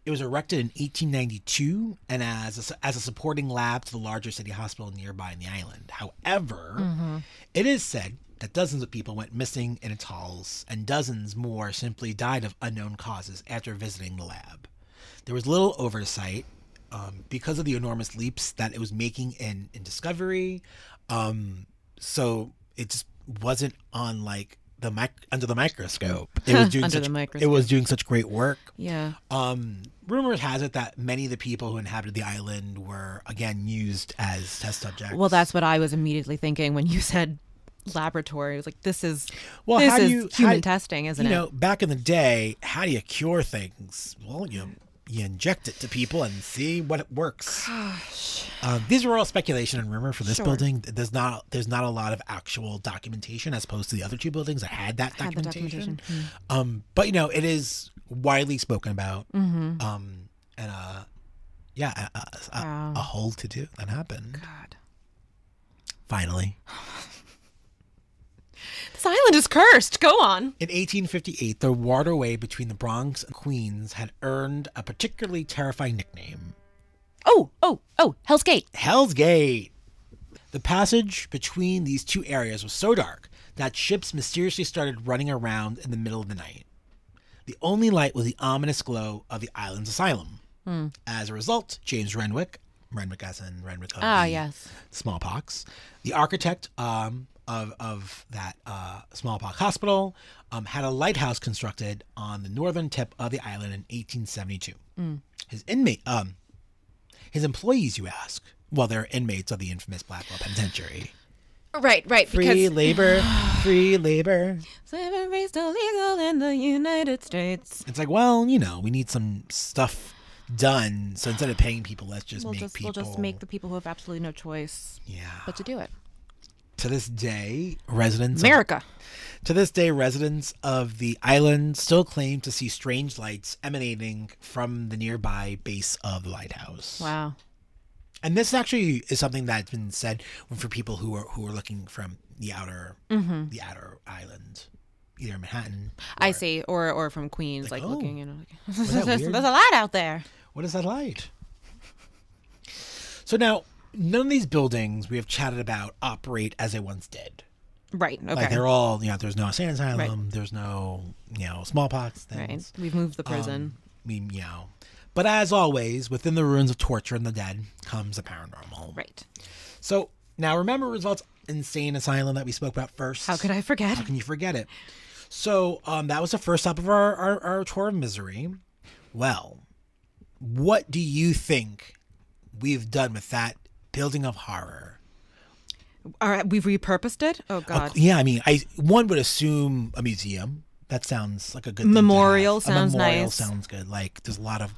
Speaker 1: It was erected in 1892 and as a, as a supporting lab to the larger city hospital nearby on the island. However, it is said that dozens of people went missing in its halls, and dozens more simply died of unknown causes after visiting the lab. There was little oversight um, because of the enormous leaps that it was making in, in discovery. Um, so it just wasn't on like the mic under the microscope. It was doing such,
Speaker 2: Under
Speaker 1: It was
Speaker 2: the microscope.
Speaker 1: doing such great work.
Speaker 2: Yeah.
Speaker 1: Um, rumors has it that many of the people who inhabited the island were again used as test subjects.
Speaker 2: Well, that's what I was immediately thinking when you said laboratory. I was like, this is
Speaker 1: Well,
Speaker 2: this
Speaker 1: how do
Speaker 2: is
Speaker 1: you- how
Speaker 2: human
Speaker 1: do-
Speaker 2: testing, isn't
Speaker 1: you
Speaker 2: it?
Speaker 1: know, back in the day, how do you cure things? Well, you you inject it to people and see what works.
Speaker 2: Oh,
Speaker 1: Um, these are all speculation and rumor for this
Speaker 2: Sure.
Speaker 1: building. There's not there's not a lot of actual documentation as opposed to the other two buildings that had that
Speaker 2: Had the Hmm.
Speaker 1: documentation. Um, but you know, it is widely spoken about.
Speaker 2: Mm-hmm.
Speaker 1: Um, and uh, yeah, a, a, a,
Speaker 2: Wow.
Speaker 1: a whole to do that happened
Speaker 2: God.
Speaker 1: finally.
Speaker 2: This island is cursed. Go on.
Speaker 1: In 1858, the waterway between the Bronx and Queens had earned a particularly terrifying nickname
Speaker 2: Oh, oh, oh, Hell's Gate.
Speaker 1: Hell's Gate. The passage between these two areas was so dark that ships mysteriously started running around in the middle of the night. The only light was the ominous glow of the island's asylum. As a result, James Renwick, Renwick as in Renwick of
Speaker 2: Ah,
Speaker 1: the
Speaker 2: yes.
Speaker 1: smallpox, the architect um, of, of that uh, smallpox hospital, um, had a lighthouse constructed on the northern tip of the island in 1872.
Speaker 2: Mm.
Speaker 1: His inmate, um, his employees, you ask. Well, they're inmates of the infamous Blackwell Penitentiary.
Speaker 2: Right, right.
Speaker 1: Free labor, free labor.
Speaker 2: slavery is illegal in the United States.
Speaker 1: It's like, well, you know, we need some stuff done. So instead of paying people, let's just
Speaker 2: We'll
Speaker 1: make
Speaker 2: just
Speaker 1: people.
Speaker 2: we'll just make the people who have absolutely no choice
Speaker 1: yeah.
Speaker 2: but to do it.
Speaker 1: to this day, residents of
Speaker 2: America.
Speaker 1: To this day, residents of the island still claim to see strange lights emanating from the nearby base of the lighthouse.
Speaker 2: Wow.
Speaker 1: And this actually is something that's been said for people who are who are looking from the outer
Speaker 2: Mm-hmm.
Speaker 1: the outer island, either Manhattan.
Speaker 2: I
Speaker 1: or-
Speaker 2: see. Or or from Queens,
Speaker 1: Like,
Speaker 2: like,
Speaker 1: oh,
Speaker 2: looking, you know, like,
Speaker 1: that
Speaker 2: there's,
Speaker 1: weird?
Speaker 2: there's a lot out there.
Speaker 1: What is that light? So now, none of these buildings we have chatted about operate as they once did.
Speaker 2: Right. Okay.
Speaker 1: Like they're all, you know, there's no insane asylum, there's no, you know, smallpox things.
Speaker 2: right. We've moved the prison.
Speaker 1: Um, we meow. But as always, within the ruins of torture and the dead comes the paranormal.
Speaker 2: right.
Speaker 1: So now remember Roosevelt's insane asylum that we spoke about first.
Speaker 2: How could I forget?
Speaker 1: How can you forget it? So um, that was the first stop of our, our, our tour of misery. Well, what do you think we've done with that building of horror?
Speaker 2: All right. We've repurposed it. Oh
Speaker 1: A-
Speaker 2: God.
Speaker 1: yeah, I mean, I one would assume a museum. That sounds like a good thing to
Speaker 2: Memorial
Speaker 1: have.
Speaker 2: sounds
Speaker 1: a memorial
Speaker 2: nice.
Speaker 1: Sounds good. Like there's a lot of.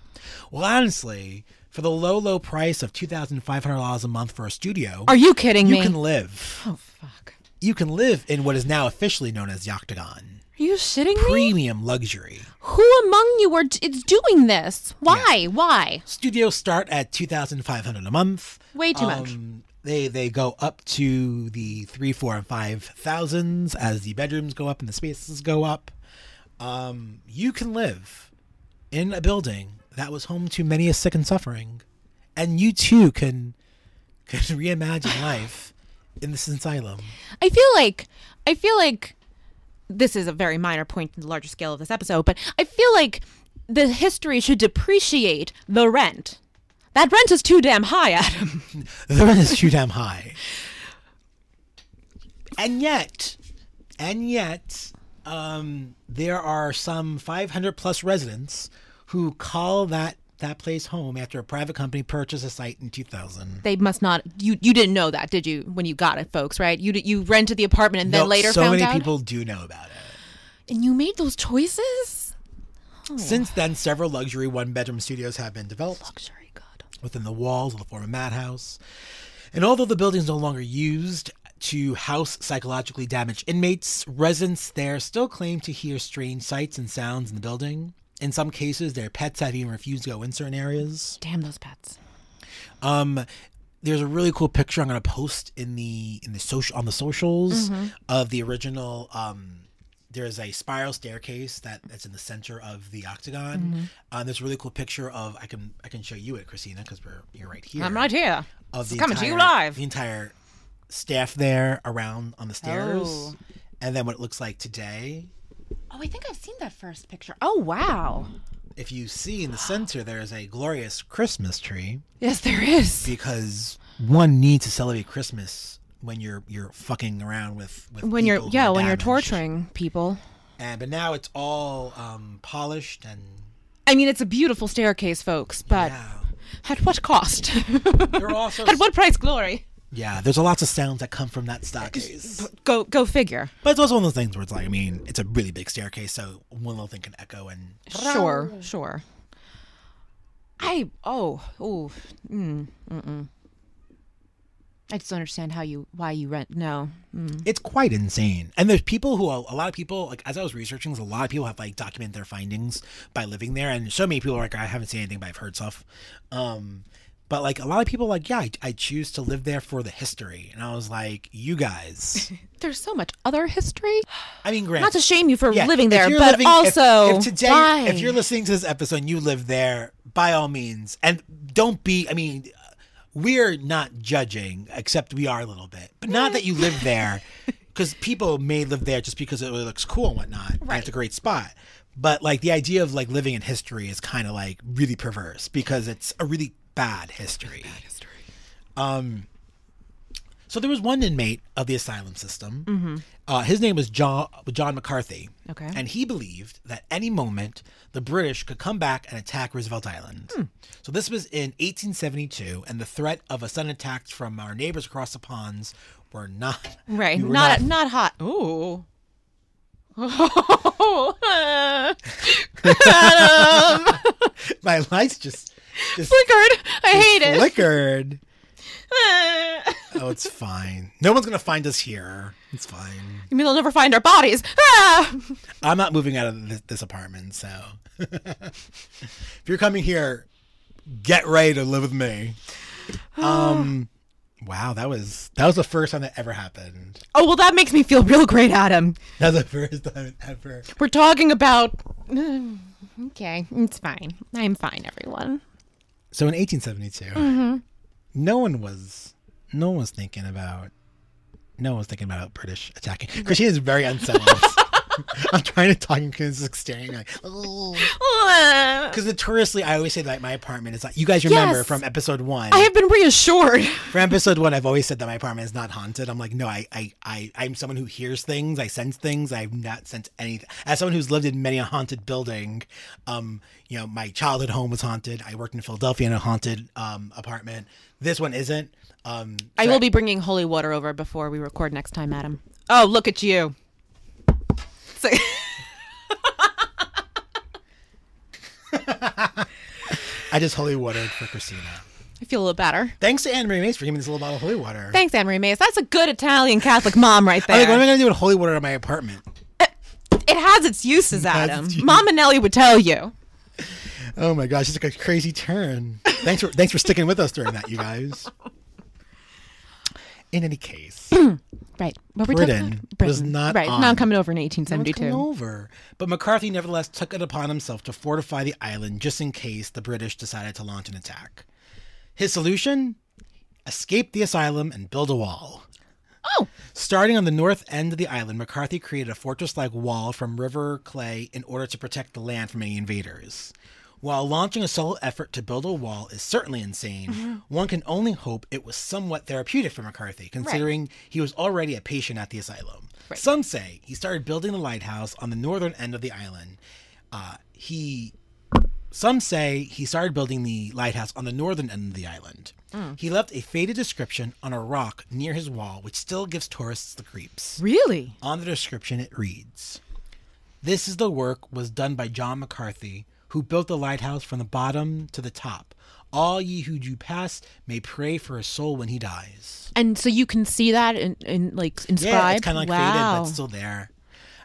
Speaker 1: Well, honestly, for the low, low price of two thousand five hundred dollars a month for a studio,
Speaker 2: Are you kidding
Speaker 1: you
Speaker 2: me?
Speaker 1: can live.
Speaker 2: oh fuck.
Speaker 1: You can live in what is now officially known as the Octagon,
Speaker 2: Are you shitting me?
Speaker 1: premium luxury.
Speaker 2: Who among you are it's doing this? Why? Why?
Speaker 1: Studios start at two thousand five hundred a month.
Speaker 2: Way too much.
Speaker 1: Um, They they go up to the three, four, and five thousands as the bedrooms go up and the spaces go up. Um, you can live in a building that was home to many a sick and suffering, and you too can can reimagine life in this asylum.
Speaker 2: I feel like I feel like this is a very minor point in the larger scale of this episode, but I feel like the history should depreciate the rent. That rent is too damn high, Adam.
Speaker 1: The rent is too damn high, and yet, and yet, um, there are some 500 plus residents who call that that place home after a private company purchased a site in 2000.
Speaker 2: They must not. You you didn't know that, did you? When you got it, folks, right? You d- you rented the apartment and then
Speaker 1: No,
Speaker 2: later
Speaker 1: so
Speaker 2: found
Speaker 1: many
Speaker 2: out,
Speaker 1: people do know about it.
Speaker 2: and you made those choices. Oh.
Speaker 1: Since then, several luxury one-bedroom studios have been developed.
Speaker 2: Luxury, God.
Speaker 1: within the walls of the former madhouse. And although the building is no longer used to house psychologically damaged inmates, residents there still claim to hear strange sights and sounds in the building. In some cases, their pets have even refused to go in certain areas.
Speaker 2: Damn those pets.
Speaker 1: Um, there's a really cool picture I'm going to post in the in the social on the socials of the original. Um, there's a spiral staircase that, that's in the center of the octagon. Um, there's a really cool picture of I can I can show you it, Christina, because we're you're right here
Speaker 2: I'm right here.
Speaker 1: of the
Speaker 2: coming
Speaker 1: entire,
Speaker 2: to you live.
Speaker 1: The entire staff there around on the stairs,
Speaker 2: Oh.
Speaker 1: and then what it looks like today.
Speaker 2: Oh, I think I've seen that first picture. Oh wow.
Speaker 1: Mm. If you see in the center, there is a glorious Christmas tree
Speaker 2: Yes, there is.
Speaker 1: because one needs to celebrate Christmas when you're you're fucking around with, with
Speaker 2: when you're
Speaker 1: people who
Speaker 2: yeah
Speaker 1: are
Speaker 2: when you're
Speaker 1: damaged.
Speaker 2: torturing people
Speaker 1: And but now it's all um, polished and
Speaker 2: i mean it's a beautiful staircase folks but
Speaker 1: yeah.
Speaker 2: at what cost
Speaker 1: There are also
Speaker 2: at what price glory
Speaker 1: yeah. There's a lots of sounds that come from that staircase.
Speaker 2: go go figure
Speaker 1: But it's also one of those things where it's like I mean it's a really big staircase, so one little thing can echo and
Speaker 2: sure sure i oh oh mm, mm-mm. i just don't understand how you why you rent no
Speaker 1: it's quite insane. And there's people who a lot of people like as I was researching, this, a lot of people have like documented their findings by living there, and so many people are like, I haven't seen anything, but I've heard stuff. Um, but like a lot of people, like yeah, I, I choose to live there for the history, and I was like, you guys.
Speaker 2: there's so much other history
Speaker 1: I mean, granted,
Speaker 2: not to shame you for
Speaker 1: yeah,
Speaker 2: living
Speaker 1: if
Speaker 2: there
Speaker 1: you're
Speaker 2: but
Speaker 1: living- if-
Speaker 2: also
Speaker 1: if, today,
Speaker 2: why?
Speaker 1: if you're listening to this episode, and you live there by all means, and don't be. I mean, we're not judging, except we are a little bit, but not that you live there, because people may live there just because it looks cool and whatnot. and it's a great spot. But like the idea of like living in history is kind of like really perverse because it's a really bad history. Um, So there was one inmate of the asylum system. Uh, his name was John John McCarthy.
Speaker 2: Mm-hmm. Okay.
Speaker 1: And he believed that any moment the British could come back and attack Roosevelt Island.
Speaker 2: Hmm.
Speaker 1: So this was in 1872, and the threat of a sudden attack from our neighbors across the ponds were not
Speaker 2: Right.
Speaker 1: we were
Speaker 2: Not, not hot. Ooh. Oh.
Speaker 1: my lights just just
Speaker 2: Flickered. I hate it.
Speaker 1: flickered. Oh, it's fine. No one's gonna find us here. It's fine.
Speaker 2: you mean they'll never find our bodies? Ah!
Speaker 1: I'm not moving out of this, this apartment, so if you're coming here, get ready to live with me. Um, wow, that was that was the first time that ever happened.
Speaker 2: Oh, well, that makes me feel real great, Adam.
Speaker 1: That was the first time ever.
Speaker 2: We're talking about. Okay, it's fine. I'm fine, everyone.
Speaker 1: So in 1872, no one was no one was thinking about no one was thinking about British attacking. Christine is very unsettled. I'm trying to talk and she's like staring like because
Speaker 2: I
Speaker 1: notoriously I always say that my apartment is like you guys remember
Speaker 2: Yes.
Speaker 1: from episode one.
Speaker 2: have been reassured.
Speaker 1: from episode one, I've always said that my apartment is not haunted. I'm like, no, I, I, I, I'm someone who hears things. I sense things. I've not sensed anything. As someone who's lived in many a haunted building, um, you know, my childhood home was haunted. I worked in Philadelphia in a haunted um, apartment. This one isn't. Um,
Speaker 2: I will be bringing holy water over before we record next time, Adam. Oh, look at you. So-
Speaker 1: I just holy watered for Christina.
Speaker 2: I feel a little better.
Speaker 1: Thanks to Anne Marie Mace for giving me this little bottle of holy water.
Speaker 2: Thanks, Anne Marie Mays. That's a good Italian Catholic mom right
Speaker 1: I'm like, what am I
Speaker 2: there.
Speaker 1: gonna do with holy water in my apartment?
Speaker 2: It has its uses,
Speaker 1: has
Speaker 2: Adam.
Speaker 1: its uses.
Speaker 2: Mom and Nelly would tell you.
Speaker 1: Oh my gosh, it's like a crazy turn. Thanks for thanks for sticking with us during that, you guys. In any case.
Speaker 2: Right. What were
Speaker 1: Britain
Speaker 2: talking about?
Speaker 1: was not
Speaker 2: Right.
Speaker 1: on.
Speaker 2: Not coming over in
Speaker 1: No one's
Speaker 2: 1872.
Speaker 1: coming over. But McCarthy nevertheless took it upon himself to fortify the island just in case the British decided to launch an attack. His solution? Escape the asylum and build a wall.
Speaker 2: Oh,
Speaker 1: Starting on the north end of the island, McCarthy created a fortress like wall from river clay in order to protect the land from any invaders. While launching a solo effort to build a wall is certainly insane, one can only hope it was somewhat therapeutic for McCarthy, considering he was already a patient at the asylum.
Speaker 2: Right.
Speaker 1: Some say he started building the lighthouse on the northern end of the island. Uh, he some say he started building the lighthouse on the northern end of the island. He left a faded description on a rock near his wall, which still gives tourists the creeps.
Speaker 2: really?
Speaker 1: On the description, it reads This is the work was done by John McCarthy, who built the lighthouse from the bottom to the top. All ye who do pass may pray for his soul when he dies.
Speaker 2: And so you can see that in, in like inscribed.
Speaker 1: Yeah, it's kind of like faded,
Speaker 2: wow.
Speaker 1: but it's still there.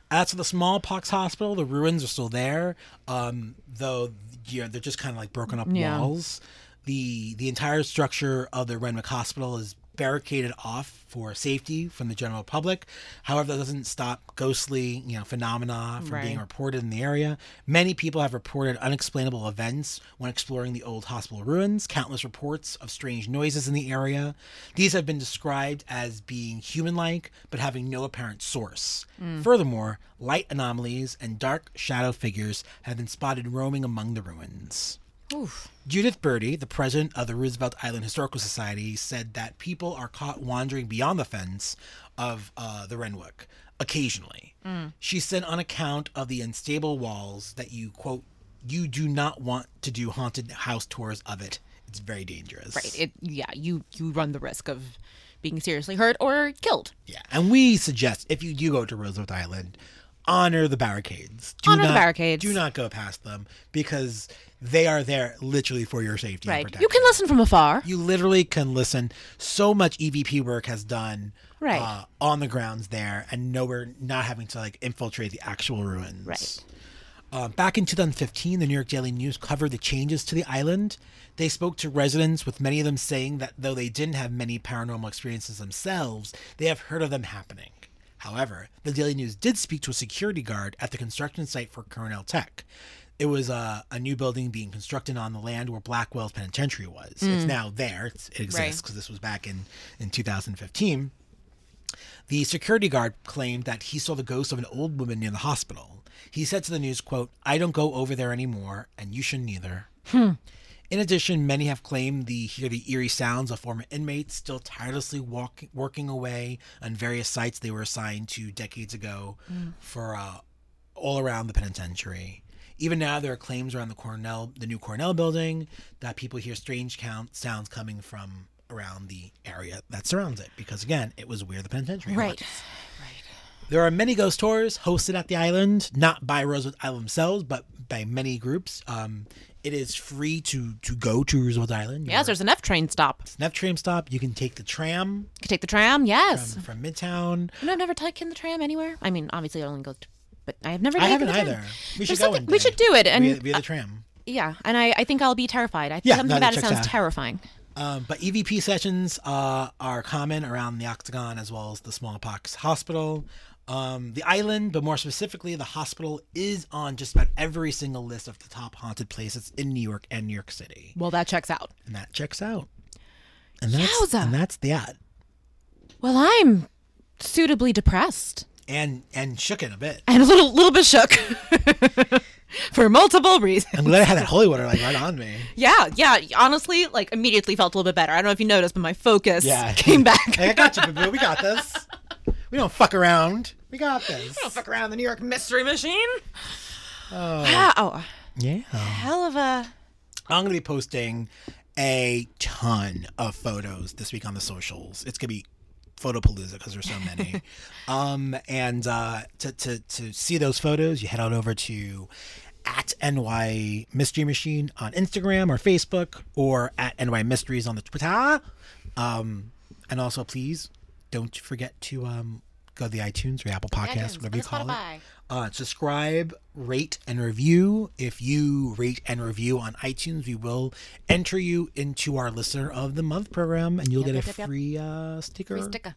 Speaker 1: As for the smallpox hospital, the ruins are still there, um, though you know, they're just kind of like broken up
Speaker 2: Yeah.
Speaker 1: walls. The the entire structure of the Renwick Hospital is barricaded off for safety from the general public. However, that doesn't stop ghostly you know phenomena from being
Speaker 2: Right.
Speaker 1: reported in the area. Many people have reported unexplainable events when exploring the old hospital ruins, countless reports of strange noises in the area. These have been described as being human like, but having no apparent source. Furthermore, light anomalies and dark shadow figures have been spotted roaming among the ruins.
Speaker 2: Oof.
Speaker 1: Judith Birdie, the president of the Roosevelt Island Historical Society, said that people are caught wandering beyond the fence of uh, the Renwick occasionally.
Speaker 2: Mm.
Speaker 1: She said on account of the unstable walls that you quote you do not want to do haunted house tours of it. It's very dangerous.
Speaker 2: Right. It, yeah, you, you run the risk of being seriously hurt or killed.
Speaker 1: Yeah, and we suggest if you do go to Roosevelt Island, honor the barricades. Do
Speaker 2: Honor the
Speaker 1: not-
Speaker 2: barricades.
Speaker 1: Do not go past them because they are there literally for your safety. and
Speaker 2: Right.
Speaker 1: protection.
Speaker 2: You can listen from afar.
Speaker 1: You literally can listen. So much EVP work has done
Speaker 2: Right.
Speaker 1: uh, on the grounds there, and nowhere not having to like infiltrate the actual ruins.
Speaker 2: Right.
Speaker 1: Uh, back in 2015, the New York Daily News covered the changes to the island. They spoke to residents, with many of them saying that though they didn't have many paranormal experiences themselves, they have heard of them happening. However, the Daily News did speak to a security guard at the construction site for Cornell Tech. It was uh, a new building being constructed on the land where Blackwell's Penitentiary was. It's now there. It's, it exists because this was back in, in 2015. The security guard claimed that he saw the ghost of an old woman near the hospital. He said to the news, quote, I don't go over there anymore, and you should neither. In addition, many have claimed the hear the eerie sounds of former inmates still tirelessly walk, working away on various sites they were assigned to decades ago for uh, all around the penitentiary. Even now, there are claims around the Cornell, the new Cornell building, that people hear strange count sounds coming from around the area that surrounds it. Because again, it was where the penitentiary was.
Speaker 2: Right.
Speaker 1: There are many ghost tours hosted at the island, not by Rosewood Island themselves, but by many groups. Um, it is free to to go to Rosewood Island.
Speaker 2: Yes, there's an F train stop. You
Speaker 1: It's an F tram stop. You can take the tram
Speaker 2: can take the tram. Yes.
Speaker 1: from, from Midtown.
Speaker 2: You know, I've never taken the tram anywhere. I mean, obviously, I only go, to, but I have never.
Speaker 1: I haven't
Speaker 2: taken the tram.
Speaker 1: either. We
Speaker 2: There's
Speaker 1: should go.
Speaker 2: something-
Speaker 1: One
Speaker 2: we
Speaker 1: day.
Speaker 2: should do it, and uh,
Speaker 1: via, via the tram.
Speaker 2: yeah, and I, I think I'll be terrified. I
Speaker 1: Yeah,
Speaker 2: something
Speaker 1: no, that
Speaker 2: about it
Speaker 1: checks
Speaker 2: sounds
Speaker 1: out.
Speaker 2: terrifying.
Speaker 1: Um, but EVP sessions uh, are common around the Octagon as well as the smallpox hospital. Um, the island, but more specifically, the hospital is on just about every single list of the top haunted places in New York and New York City.
Speaker 2: Well, that checks out.
Speaker 1: and that checks out. And that's
Speaker 2: Yowza.
Speaker 1: and that's that.
Speaker 2: Well, I'm suitably depressed
Speaker 1: And and shook it a bit.
Speaker 2: and a little little bit shook for multiple reasons.
Speaker 1: I'm glad I had that holy water like right on me.
Speaker 2: Yeah, yeah. Honestly, like immediately felt a little bit better. I don't know if you noticed, but my focus
Speaker 1: Yeah.
Speaker 2: came back.
Speaker 1: Hey, I got you, boo boo. We got this. We don't fuck around. We got this.
Speaker 2: Fuck around the New York Mystery Machine.
Speaker 1: Oh.
Speaker 2: Wow,
Speaker 1: Yeah.
Speaker 2: hell of a
Speaker 1: I'm gonna be posting a ton of photos this week on the socials. It's gonna be photopalooza because there's so many. um, and uh, to to to see those photos, you head on over to at NY Mystery Machine on Instagram or Facebook, or at NY Mysteries on the Twitter. Um, and also, please don't forget to um, go to the iTunes or Apple Podcast,
Speaker 2: iTunes
Speaker 1: whatever you
Speaker 2: and the
Speaker 1: call
Speaker 2: Spotify.
Speaker 1: it. Uh, subscribe, rate, and review. If you rate and review on iTunes, we will enter you into our Listener of the Month program, and you'll
Speaker 2: Yep,
Speaker 1: get
Speaker 2: yep,
Speaker 1: a
Speaker 2: yep, yep.
Speaker 1: free uh, sticker.
Speaker 2: free sticker.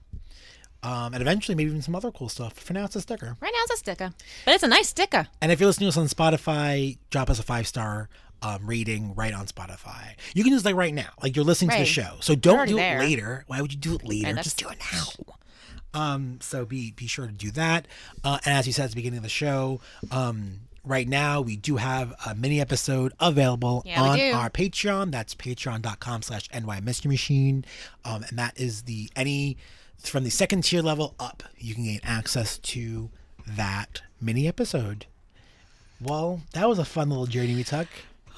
Speaker 1: Um, and eventually, maybe even some other cool stuff. For now, it's a sticker.
Speaker 2: Right now it's a sticker, but it's a nice sticker.
Speaker 1: And if you're listening to us on Spotify, drop us a five star um, rating right on Spotify. You can do this like right now, like you're listening to
Speaker 2: Right.
Speaker 1: the show. So don't
Speaker 2: already
Speaker 1: do it
Speaker 2: there.
Speaker 1: later. Why would you do it later?
Speaker 2: that's-
Speaker 1: Just do it now. Um, so be be sure to do that. Uh, and as you said at the beginning of the show, um, right now we do have a mini episode available
Speaker 2: Yeah, we
Speaker 1: on
Speaker 2: do.
Speaker 1: our Patreon. That's patreon.com slash NY Mystery Machine. Um, and that is the any from the second tier level up, you can gain access to that mini episode. Well, that was a fun little journey we took.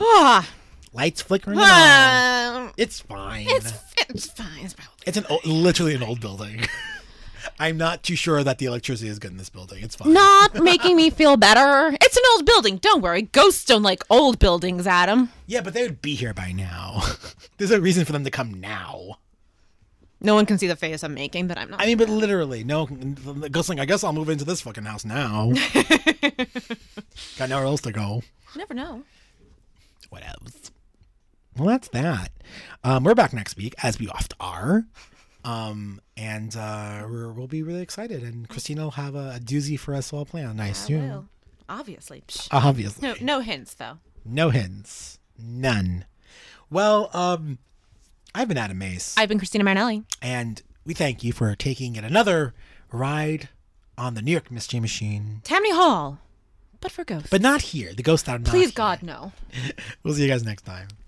Speaker 2: Ah,
Speaker 1: Lights flickering. and all.
Speaker 2: um,
Speaker 1: It's fine.
Speaker 2: it's it's fine. It's probably
Speaker 1: It's an old, literally an old building. I'm not too sure that the electricity is good in this building. It's fine.
Speaker 2: not making me feel better. It's an old building. Don't worry, ghosts don't like old buildings, Adam.
Speaker 1: Yeah, but they would be here by now. There's a reason for them to come now.
Speaker 2: No one can see the face I'm making, but I'm not.
Speaker 1: I mean, but literally, no. the Ghost like, I guess I'll move into this fucking house now. Got nowhere else to go.
Speaker 2: You never know.
Speaker 1: What else? Well, that's that. Um, we're back next week, as we oft are. Um, and uh, we're, we'll be really excited. And Christina will have a, a doozy for us all planned, I
Speaker 2: I
Speaker 1: assume.
Speaker 2: will. Obviously. Psh.
Speaker 1: Obviously.
Speaker 2: No, no hints though.
Speaker 1: No hints. None. Well, um, I've been Adam Mace,
Speaker 2: I've been Christina Marinelli.
Speaker 1: and we thank you for taking yet another ride on the New York Mystery Machine.
Speaker 2: Tammany Hall, but for ghosts.
Speaker 1: But not here. The ghosts are not.
Speaker 2: Please,
Speaker 1: here.
Speaker 2: God, no.
Speaker 1: We'll see you guys next time.